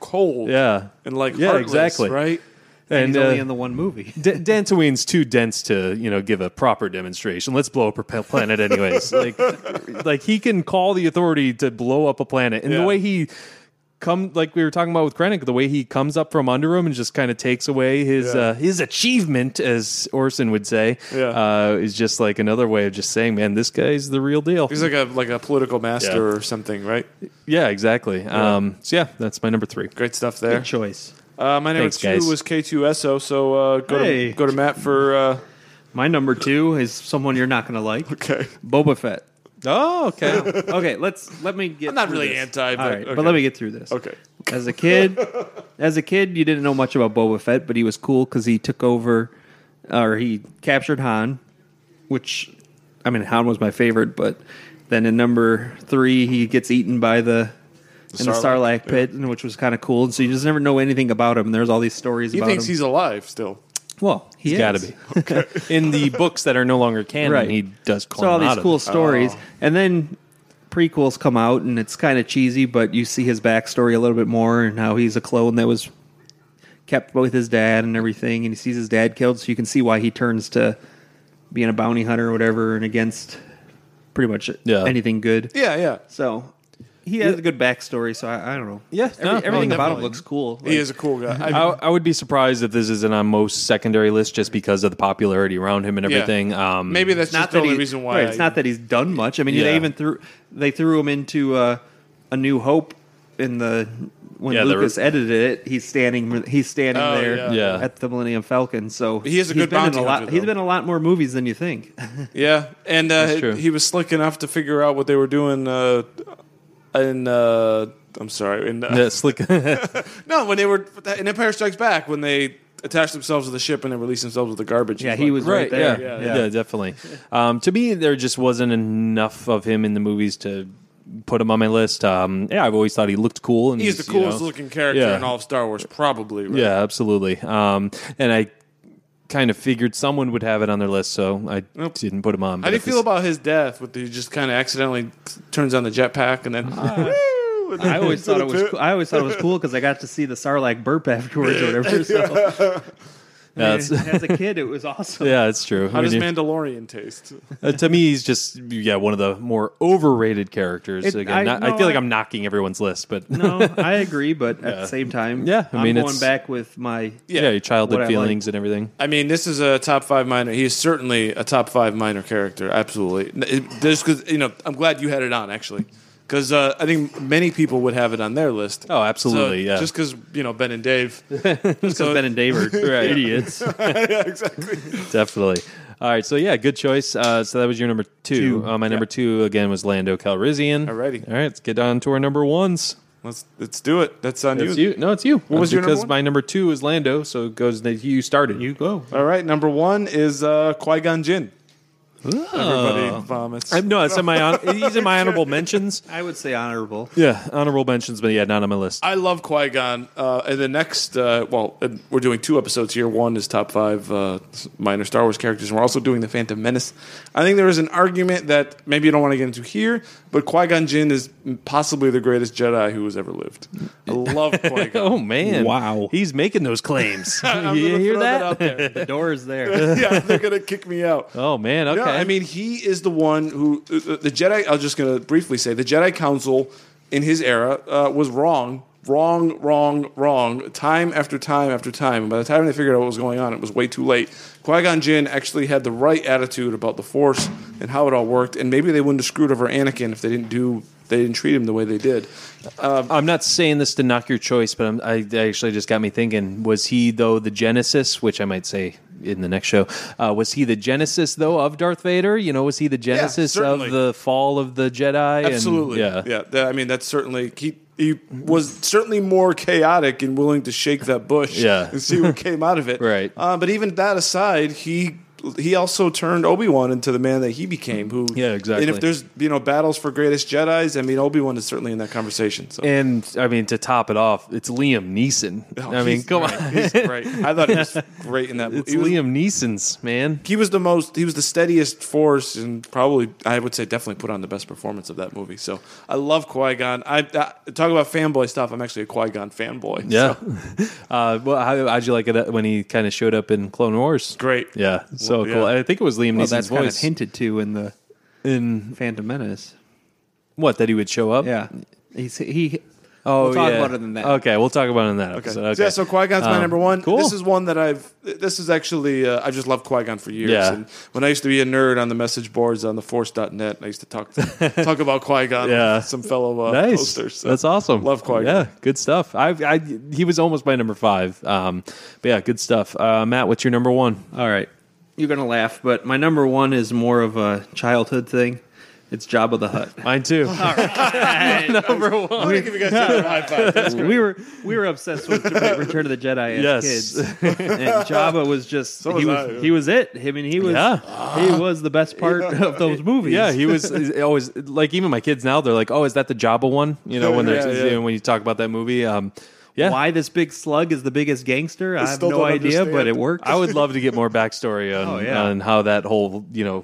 Speaker 2: cold.
Speaker 1: yeah,
Speaker 2: and like
Speaker 1: yeah,
Speaker 2: heartless,
Speaker 1: exactly.
Speaker 2: right.
Speaker 1: And
Speaker 3: he's only
Speaker 1: uh,
Speaker 3: in the one movie.
Speaker 1: D- Dantooine's too dense to you know give a proper demonstration. Let's blow up a pa- planet anyways. like, like he can call the authority to blow up a planet, and
Speaker 2: Yeah.
Speaker 1: the way he come like we were talking about with Krennic, the way he comes up from under him and just kind of takes away his
Speaker 2: Yeah.
Speaker 1: uh, his achievement, as Orson would say,
Speaker 2: Yeah.
Speaker 1: uh, is just like another way of just saying, man, this guy's the real deal.
Speaker 2: He's like a like a political master
Speaker 1: Yeah.
Speaker 2: or something, right?
Speaker 1: yeah, exactly. Um, so yeah, that's my number three.
Speaker 2: Great stuff there.
Speaker 3: Good choice.
Speaker 2: Uh, my number
Speaker 1: Thanks,
Speaker 2: two
Speaker 1: guys.
Speaker 2: was K2SO, so uh, go
Speaker 3: Hey.
Speaker 2: to go to Matt for uh,
Speaker 3: My number two is someone you're not going to like.
Speaker 2: okay.
Speaker 3: Boba Fett.
Speaker 1: Oh, okay.
Speaker 3: okay, let's let me get. I'm
Speaker 2: not really anti, but-
Speaker 3: all right,
Speaker 2: okay.
Speaker 3: but let me get through this.
Speaker 2: Okay.
Speaker 3: As a kid, as a kid, you didn't know much about Boba Fett, but he was cool because he took over, or he captured Han, which, I mean, Han was my favorite. But then in number three, he gets eaten by the. in the
Speaker 2: Sarlacc,
Speaker 3: Sarlacc pit, and which was kind of cool, and so you just never know anything about him. And there's all these stories
Speaker 2: He
Speaker 3: about
Speaker 2: thinks
Speaker 3: him.
Speaker 2: he's alive still.
Speaker 3: well, he
Speaker 1: It's got to
Speaker 3: is.
Speaker 1: be in the books that are no longer canon.
Speaker 3: Right.
Speaker 1: He does call
Speaker 3: So all
Speaker 1: him out
Speaker 3: these
Speaker 1: of
Speaker 3: cool
Speaker 1: it. Oh.
Speaker 3: stories, and then prequels come out, and it's kind of cheesy, but you see his backstory a little bit more, and how he's a clone that was kept with his dad and everything, and he sees his dad killed, so you can see why he turns to being a bounty hunter or whatever, and against pretty much
Speaker 1: Yeah.
Speaker 3: anything good.
Speaker 2: Yeah, yeah.
Speaker 3: So he has a good backstory. So I, I don't know.
Speaker 1: Yeah,
Speaker 3: Every-
Speaker 1: no, no,
Speaker 3: everything about him
Speaker 2: definitely.
Speaker 3: looks cool.
Speaker 2: he
Speaker 3: Like,
Speaker 2: is a cool guy.
Speaker 3: Mm-hmm.
Speaker 2: I mean,
Speaker 1: I, I would be surprised if this isn't on most secondary lists just because of the popularity around him and
Speaker 2: Yeah.
Speaker 1: everything. Um,
Speaker 2: maybe that's
Speaker 3: not
Speaker 2: just
Speaker 3: that
Speaker 2: the only
Speaker 3: he-
Speaker 2: reason why.
Speaker 3: right, it's
Speaker 2: I-
Speaker 3: not that he's done much. I mean,
Speaker 1: Yeah.
Speaker 3: they even threw they threw him into uh, a New Hope in the when
Speaker 1: Yeah, the-
Speaker 3: Lucas edited it. He's standing. He's standing
Speaker 2: Oh,
Speaker 3: there
Speaker 2: yeah.
Speaker 1: Yeah.
Speaker 3: at the Millennium Falcon. So
Speaker 2: He is a
Speaker 3: he's
Speaker 2: good
Speaker 3: been in
Speaker 2: bounty
Speaker 3: a lot.
Speaker 2: hunter,
Speaker 3: he's
Speaker 2: though.
Speaker 3: been in a lot more movies than you think.
Speaker 2: Yeah, and
Speaker 1: true.
Speaker 2: uh, he was slick enough to figure out what they were doing. Uh, in uh, I'm sorry, in uh,
Speaker 1: Yeah, slick.
Speaker 2: no, when they were in Empire Strikes Back, when they attached themselves to the ship and then released themselves with the garbage.
Speaker 3: yeah,
Speaker 2: It's
Speaker 3: he
Speaker 2: like-
Speaker 3: was right, there.
Speaker 1: Yeah,
Speaker 2: Yeah.
Speaker 1: yeah. definitely. Um, to me, there just wasn't enough of him in the movies to put him on my list. Um, yeah, I've always thought he looked cool. And
Speaker 2: He's the
Speaker 1: you know-
Speaker 2: coolest looking character
Speaker 1: Yeah.
Speaker 2: in all of Star Wars, probably. Right?
Speaker 1: Yeah, absolutely. Um, and I kind of figured someone would have it on their list, so I didn't put him on.
Speaker 2: How do you feel about his death? With the, he just kind of accidentally turns on the jetpack and then. woo, and then
Speaker 3: Uh, I always
Speaker 2: into
Speaker 3: thought
Speaker 2: the
Speaker 3: it was.
Speaker 2: pit.
Speaker 3: Cool. I always thought it was cool because I got to see the Sarlacc burp afterwards or whatever. So.
Speaker 1: Yeah,
Speaker 3: as
Speaker 1: it's-
Speaker 3: a kid, it was awesome.
Speaker 1: Yeah, it's true.
Speaker 2: How
Speaker 1: When
Speaker 2: does
Speaker 1: you-
Speaker 2: Mandalorian taste?
Speaker 1: Uh, to me, he's just yeah one of the more overrated characters.
Speaker 3: It-
Speaker 1: Again,
Speaker 3: I-
Speaker 1: not- I,
Speaker 3: no,
Speaker 1: feel like
Speaker 3: I-
Speaker 1: I'm knocking everyone's list, but
Speaker 3: No, I agree, but at the same time,
Speaker 1: Yeah, I
Speaker 3: I
Speaker 1: mean,
Speaker 3: am
Speaker 1: it's-
Speaker 3: going back with my
Speaker 1: yeah, your
Speaker 3: What
Speaker 1: childhood
Speaker 3: I
Speaker 1: feelings and everything.
Speaker 2: I mean, this is a top five minor. He is certainly a top five minor character. Absolutely. N- it- There's because you know I'm glad you had it on actually because uh, I think many people would have it on their list.
Speaker 1: Oh, absolutely,
Speaker 2: So,
Speaker 1: yeah.
Speaker 2: Just because you know Ben and Dave.
Speaker 3: Because Ben and Dave are idiots.
Speaker 1: Definitely. All right, so yeah, good choice. Uh, so that was your number two.
Speaker 3: Two.
Speaker 1: Uh, my number two again was Lando Calrissian.
Speaker 2: Alrighty.
Speaker 1: all right, let's get on to our number ones.
Speaker 2: Let's let's do it. That's on
Speaker 1: It's you. No, it's you. What
Speaker 2: was your number
Speaker 1: because
Speaker 2: one?
Speaker 1: my number two is Lando, so it goes that you started.
Speaker 3: You go.
Speaker 2: All right. Number one is uh, Qui Gon Jinn. Everybody vomits.
Speaker 1: I'm, no, it's in my hon- he's in my honorable mentions.
Speaker 3: I would say honorable.
Speaker 1: Yeah, honorable mentions, but yeah, not on my list.
Speaker 2: I love Qui Gon. Uh, and the next, uh, well, and we're doing two episodes here. One is top five uh, minor Star Wars characters, and we're also doing the Phantom Menace. I think there is an argument that maybe you don't want to get into here, but Qui Gon Jinn is possibly the greatest Jedi who has ever lived. I love Qui Gon.
Speaker 1: Oh man!
Speaker 3: Wow.
Speaker 1: he's making those claims.
Speaker 2: I'm
Speaker 1: you
Speaker 2: gonna
Speaker 1: hear
Speaker 2: throw
Speaker 1: that?
Speaker 2: out there.
Speaker 3: The door is there.
Speaker 2: yeah, they're gonna kick me out.
Speaker 1: Oh man! Okay.
Speaker 2: No, I mean he is the one who uh, the, the Jedi. I'm just gonna briefly say the Jedi Council in his era uh, was wrong, wrong, wrong, wrong, time after time after time. And by the time they figured out what was going on, it was way too late. Qui Gon Jinn actually had the right attitude about the Force and how it all worked, and maybe they wouldn't have screwed over Anakin if they didn't do they didn't treat him the way they did.
Speaker 1: I'm not saying this to knock your choice, but I'm, I it actually just got me thinking. Was he though the genesis, which I might say in the next show, uh, was he the genesis though of Darth Vader? You know, was he the genesis of
Speaker 2: certainly.
Speaker 1: the fall of the Jedi? And-
Speaker 2: Absolutely.
Speaker 1: yeah.
Speaker 2: yeah. that- I mean, that's certainly he. He was certainly more chaotic and willing to shake that bush
Speaker 1: Yeah.
Speaker 2: and see what came out of it.
Speaker 1: Right.
Speaker 2: Uh, but even that aside, he he also turned Obi Wan into the man that he became. Who
Speaker 1: Yeah, exactly.
Speaker 2: And if there's you know battles for greatest Jedi's, I mean Obi Wan is certainly in that conversation. So
Speaker 1: And I mean, to top it off, it's Liam Neeson.
Speaker 2: Oh,
Speaker 1: I mean,
Speaker 2: he's
Speaker 1: come
Speaker 2: great.
Speaker 1: on,
Speaker 2: he's great. I thought he was great in that.
Speaker 1: it's
Speaker 2: he was,
Speaker 1: Liam Neeson's man.
Speaker 2: He was the most. He was the steadiest force, and probably I would say definitely put on the best performance of that movie. So I love Qui Gon. I, I talk about fanboy stuff. I'm actually a Qui Gon fanboy.
Speaker 1: Yeah.
Speaker 2: so,
Speaker 1: Uh, well, how, how'd you like it uh, when he kind of showed up in Clone Wars?
Speaker 2: great.
Speaker 1: Yeah, so
Speaker 2: Well,
Speaker 1: cool.
Speaker 2: yeah.
Speaker 1: I think it was Liam
Speaker 3: Well,
Speaker 1: Neeson's
Speaker 3: that's kind of
Speaker 1: voice.
Speaker 3: hinted to in the
Speaker 1: in
Speaker 3: Phantom Menace.
Speaker 1: what that he would show up.
Speaker 3: Yeah, he's he.
Speaker 1: Oh,
Speaker 3: we'll talk
Speaker 1: yeah.
Speaker 3: about it in that.
Speaker 1: Okay, we'll talk about it in that
Speaker 2: Okay.
Speaker 1: episode.
Speaker 2: So,
Speaker 1: Okay.
Speaker 2: yeah, so Qui Gon's my
Speaker 1: Um,
Speaker 2: number one.
Speaker 1: Cool.
Speaker 2: This is one that I've. This is actually uh, I've just loved Qui Gon for years.
Speaker 1: Yeah.
Speaker 2: And when I used to be a nerd on the message boards on the Force.net, I used to talk talk about Qui Gon.
Speaker 1: Yeah.
Speaker 2: with some fellow uh,
Speaker 1: nice.
Speaker 2: posters. So
Speaker 1: That's awesome.
Speaker 2: Love Qui Gon.
Speaker 1: Yeah, good stuff. I, I he was almost my number five. Um, but yeah, good stuff. Uh, Matt, what's your number one?
Speaker 3: All right, you're gonna laugh, but my number one is more of a childhood thing. It's Jabba the Hutt.
Speaker 1: Mine too. number
Speaker 2: I'm
Speaker 1: one.
Speaker 2: gonna give you guys another high five. That's
Speaker 3: we were we were obsessed with Return of the Jedi as
Speaker 1: Yes.
Speaker 3: kids, and Jabba was just he
Speaker 2: was
Speaker 3: was,
Speaker 2: I.
Speaker 3: he was it. I mean, he was
Speaker 1: Yeah.
Speaker 3: he was the best part of those movies.
Speaker 1: Yeah, he was he's always like even my kids now. They're like, "Oh, is that the Jabba one?" You know, when they're
Speaker 2: Yeah, yeah.
Speaker 1: when you talk about that movie. Um, yeah,
Speaker 3: Why this big slug is the biggest gangster? I, have
Speaker 2: still
Speaker 3: no
Speaker 2: don't
Speaker 3: idea, but
Speaker 2: understand.
Speaker 3: it worked.
Speaker 1: I would love to get more backstory on
Speaker 3: Oh, yeah.
Speaker 1: on how that whole you know.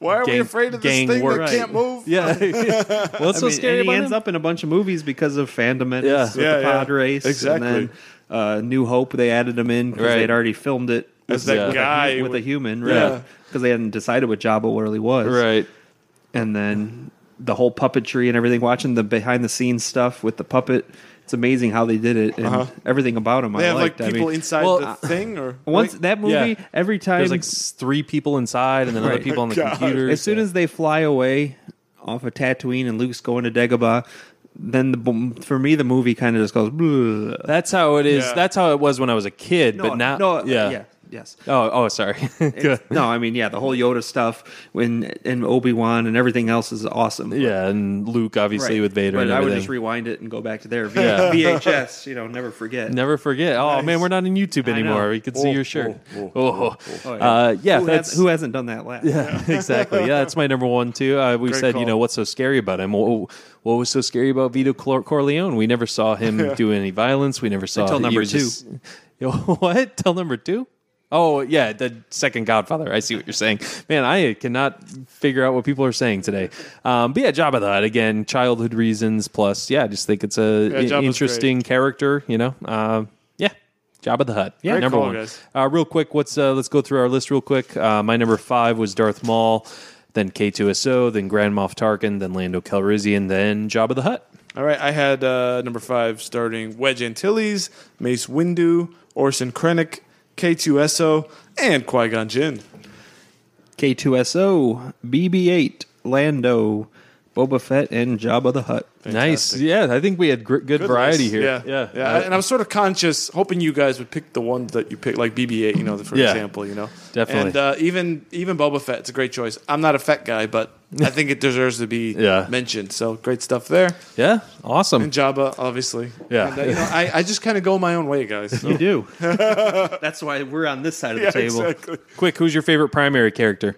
Speaker 2: Why are we
Speaker 1: Gang-
Speaker 2: afraid of this
Speaker 1: gang
Speaker 2: thing
Speaker 1: work.
Speaker 2: that can't move?
Speaker 1: Yeah, what's
Speaker 3: I
Speaker 1: so
Speaker 3: mean,
Speaker 1: scary
Speaker 3: and
Speaker 1: about
Speaker 3: he ends
Speaker 1: him?
Speaker 3: up in a bunch of movies because of Phantom Menace
Speaker 1: Yeah.
Speaker 3: with
Speaker 2: Yeah,
Speaker 3: the
Speaker 2: yeah.
Speaker 3: pod race,
Speaker 2: Exactly.
Speaker 3: And then, uh, New Hope they added him in because
Speaker 1: Right.
Speaker 3: they'd already filmed it
Speaker 2: As
Speaker 3: with
Speaker 2: that
Speaker 3: a-
Speaker 2: guy
Speaker 3: with a
Speaker 2: with-
Speaker 3: human,
Speaker 2: Yeah.
Speaker 3: right? Because they hadn't decided what Jabba really was,
Speaker 1: Right.
Speaker 3: and then the whole puppetry and everything. Watching the behind the scenes stuff with the puppet, it's amazing how they did it and everything about him.
Speaker 2: Uh-huh. They
Speaker 3: I
Speaker 2: have like
Speaker 3: liked. I
Speaker 2: people
Speaker 3: mean,
Speaker 2: inside
Speaker 1: well,
Speaker 2: the thing, or
Speaker 3: once
Speaker 2: like-
Speaker 3: that movie,
Speaker 1: yeah.
Speaker 3: every time,
Speaker 1: There's like s- three people inside, and then other
Speaker 3: Right.
Speaker 1: people on the
Speaker 2: God.
Speaker 1: computer.
Speaker 3: as soon as they fly away off of Tatooine and Luke's going to Dagobah, then the for me the movie kind of just goes. "Bleh."
Speaker 1: that's how it is.
Speaker 2: Yeah.
Speaker 1: That's how it was when I was a kid.
Speaker 3: No,
Speaker 1: but now,
Speaker 3: no, uh,
Speaker 1: yeah.
Speaker 3: yeah, yes.
Speaker 1: Oh, oh, sorry. Good.
Speaker 3: No, I mean, yeah, the whole Yoda stuff when and Obi Wan and everything else is awesome.
Speaker 1: Yeah, and Luke obviously with Vader.
Speaker 3: But
Speaker 1: and
Speaker 3: I would
Speaker 1: everything.
Speaker 3: just rewind it and go back to there. V-
Speaker 1: Yeah.
Speaker 3: VHS, you know, never forget.
Speaker 1: Never forget. Oh man, we're not on YouTube
Speaker 3: I know.
Speaker 1: anymore. We can see
Speaker 2: Oh,
Speaker 1: your shirt.
Speaker 2: oh,
Speaker 1: Oh,
Speaker 2: oh,
Speaker 1: Uh, yeah.
Speaker 3: who,
Speaker 1: that's
Speaker 3: has, who hasn't done that last?
Speaker 1: exactly. Yeah, that's my number one too. Uh, we
Speaker 2: Great
Speaker 1: said,
Speaker 2: call.
Speaker 1: you know, what's so scary about him? What, what was so scary about Vito Cor- Corleone? We never saw him do any violence. We never saw
Speaker 3: Until
Speaker 1: he
Speaker 3: number
Speaker 1: was
Speaker 3: two.
Speaker 1: just- Yo, what? Till number two? Oh yeah, the second Godfather. I see what you're saying, man. I cannot figure out what people are saying today. Um, but yeah, Jabba the Hutt again, childhood reasons plus. Yeah, I just think it's a
Speaker 2: Jabba's
Speaker 1: i-
Speaker 2: great.
Speaker 1: interesting character. You know, Um yeah, Jabba the Hutt. Yeah,
Speaker 2: Great
Speaker 1: number
Speaker 2: call,
Speaker 1: one.
Speaker 2: guys.
Speaker 1: Uh, real quick, what's uh, let's go through our list real quick. Uh, my number five was Darth Maul, then K2SO, then Grand Moff Tarkin, then Lando Calrissian, then Jabba the Hutt.
Speaker 2: All right, I had uh, number five starting Wedge Antilles, Mace Windu, Orson Krennic, K2SO, and Qui Gon Jinn.
Speaker 3: K2SO, BB8, Lando, Boba Fett, and Jabba the Hutt.
Speaker 1: Nice. Yeah, I think we had gr- good, variety
Speaker 2: list.
Speaker 1: here. Uh,
Speaker 2: Yeah, yeah. yeah. and I'm sort of conscious, hoping you guys would pick the ones that you pick, like BB-8, you know, for
Speaker 1: Yeah.
Speaker 2: example, you know,
Speaker 1: Definitely.
Speaker 2: And uh, even even Boba Fett, it's a great choice. I'm not a Fett guy, but I think it deserves to be
Speaker 1: Yeah.
Speaker 2: mentioned. So great stuff there.
Speaker 1: yeah, awesome.
Speaker 2: And Jabba, obviously.
Speaker 1: Yeah.
Speaker 2: And, uh, you know, I, I just kind of go my own way, guys. So.
Speaker 3: You do. That's why we're on this side of the
Speaker 2: Yeah,
Speaker 3: table.
Speaker 2: exactly.
Speaker 1: Quick, who's your favorite primary character?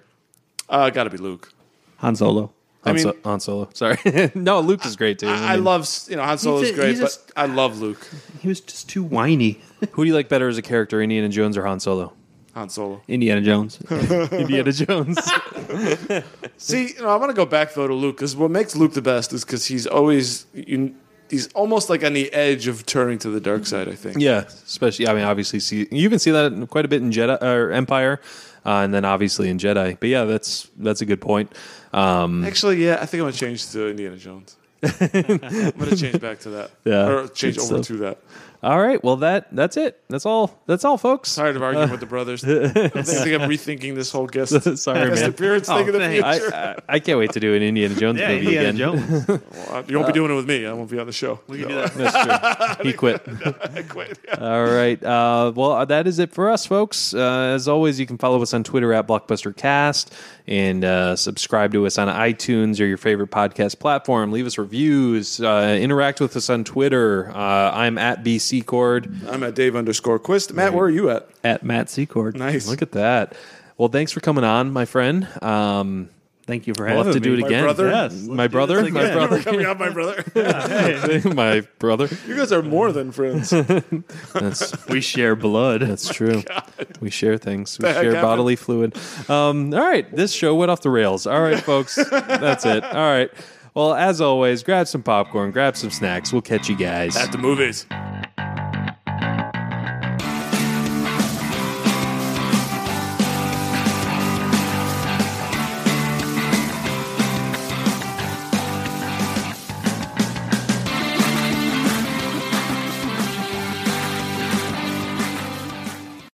Speaker 2: Uh, gotta be Luke.
Speaker 3: Han Solo.
Speaker 1: Han,
Speaker 2: I mean-
Speaker 1: so- Han Solo. Sorry. no, Luke is great too.
Speaker 2: I, I
Speaker 1: mean,
Speaker 2: love you know Han Solo's
Speaker 3: a-
Speaker 2: great,
Speaker 3: he's a
Speaker 2: but
Speaker 3: s-
Speaker 2: I love Luke.
Speaker 3: He was just too whiny.
Speaker 1: Who do you like better as a character, Indiana Jones or Han Solo?
Speaker 2: Han Solo.
Speaker 3: Indiana Jones.
Speaker 1: Indiana Jones.
Speaker 2: See, you know, I want to go back though to Luke because what makes Luke the best is because he's always you, he's almost like on the edge of turning to the dark side. I think.
Speaker 1: yeah, especially. I mean, obviously, see you can see that quite a bit in Jedi or Empire, uh, and then obviously in Jedi. But yeah, that's that's a good point. Um,
Speaker 2: Actually, yeah, I think I'm gonna change to Indiana Jones. I'm gonna change back to that.
Speaker 1: Yeah.
Speaker 2: Or change
Speaker 1: Good
Speaker 2: over
Speaker 1: stuff.
Speaker 2: to that.
Speaker 1: all right, well that that's it. That's all. That's all, folks.
Speaker 2: Tired of arguing with the brothers. I think I'm rethinking this whole guest,
Speaker 1: Sorry,
Speaker 2: guest
Speaker 1: man.
Speaker 2: appearance thing in the
Speaker 3: thanks.
Speaker 1: I,
Speaker 2: future.
Speaker 1: I, I can't wait to do an Indiana Jones movie again.
Speaker 3: Jones.
Speaker 2: Well, you won't be doing it with me. I won't be on the show. We
Speaker 1: That's true. He quit.
Speaker 2: I quit.
Speaker 1: All right. Uh, well, that is it for us, folks. Uh, as always, you can follow us on Twitter at BlockbusterCast and uh, subscribe to us on iTunes or your favorite podcast platform. Leave us reviews. Uh, interact with us on Twitter. Uh, I'm at BC Cord.
Speaker 2: I'm at Dave underscore Quist. Matt, where are you at?
Speaker 3: At Matt Secord.
Speaker 2: Nice.
Speaker 1: Look at that. Well, thanks for coming on, my friend. Um,
Speaker 3: Thank you for
Speaker 1: we'll
Speaker 3: having
Speaker 1: have to
Speaker 3: me.
Speaker 1: do it
Speaker 2: My
Speaker 1: again.
Speaker 2: brother?
Speaker 4: Yes.
Speaker 1: My brother.
Speaker 4: Let's do
Speaker 1: My
Speaker 4: this
Speaker 1: brother.
Speaker 2: Coming out, my brother.
Speaker 1: my brother.
Speaker 2: You guys are more than friends.
Speaker 1: That's
Speaker 4: We share blood.
Speaker 1: That's true. We share things. We
Speaker 2: Oh The heck
Speaker 1: share
Speaker 2: happened?
Speaker 1: bodily fluid. Um, all right, this show went off the rails. All right, folks, that's it. All right. Well, as always, grab some popcorn, grab some snacks. We'll catch you guys.
Speaker 2: At the movies.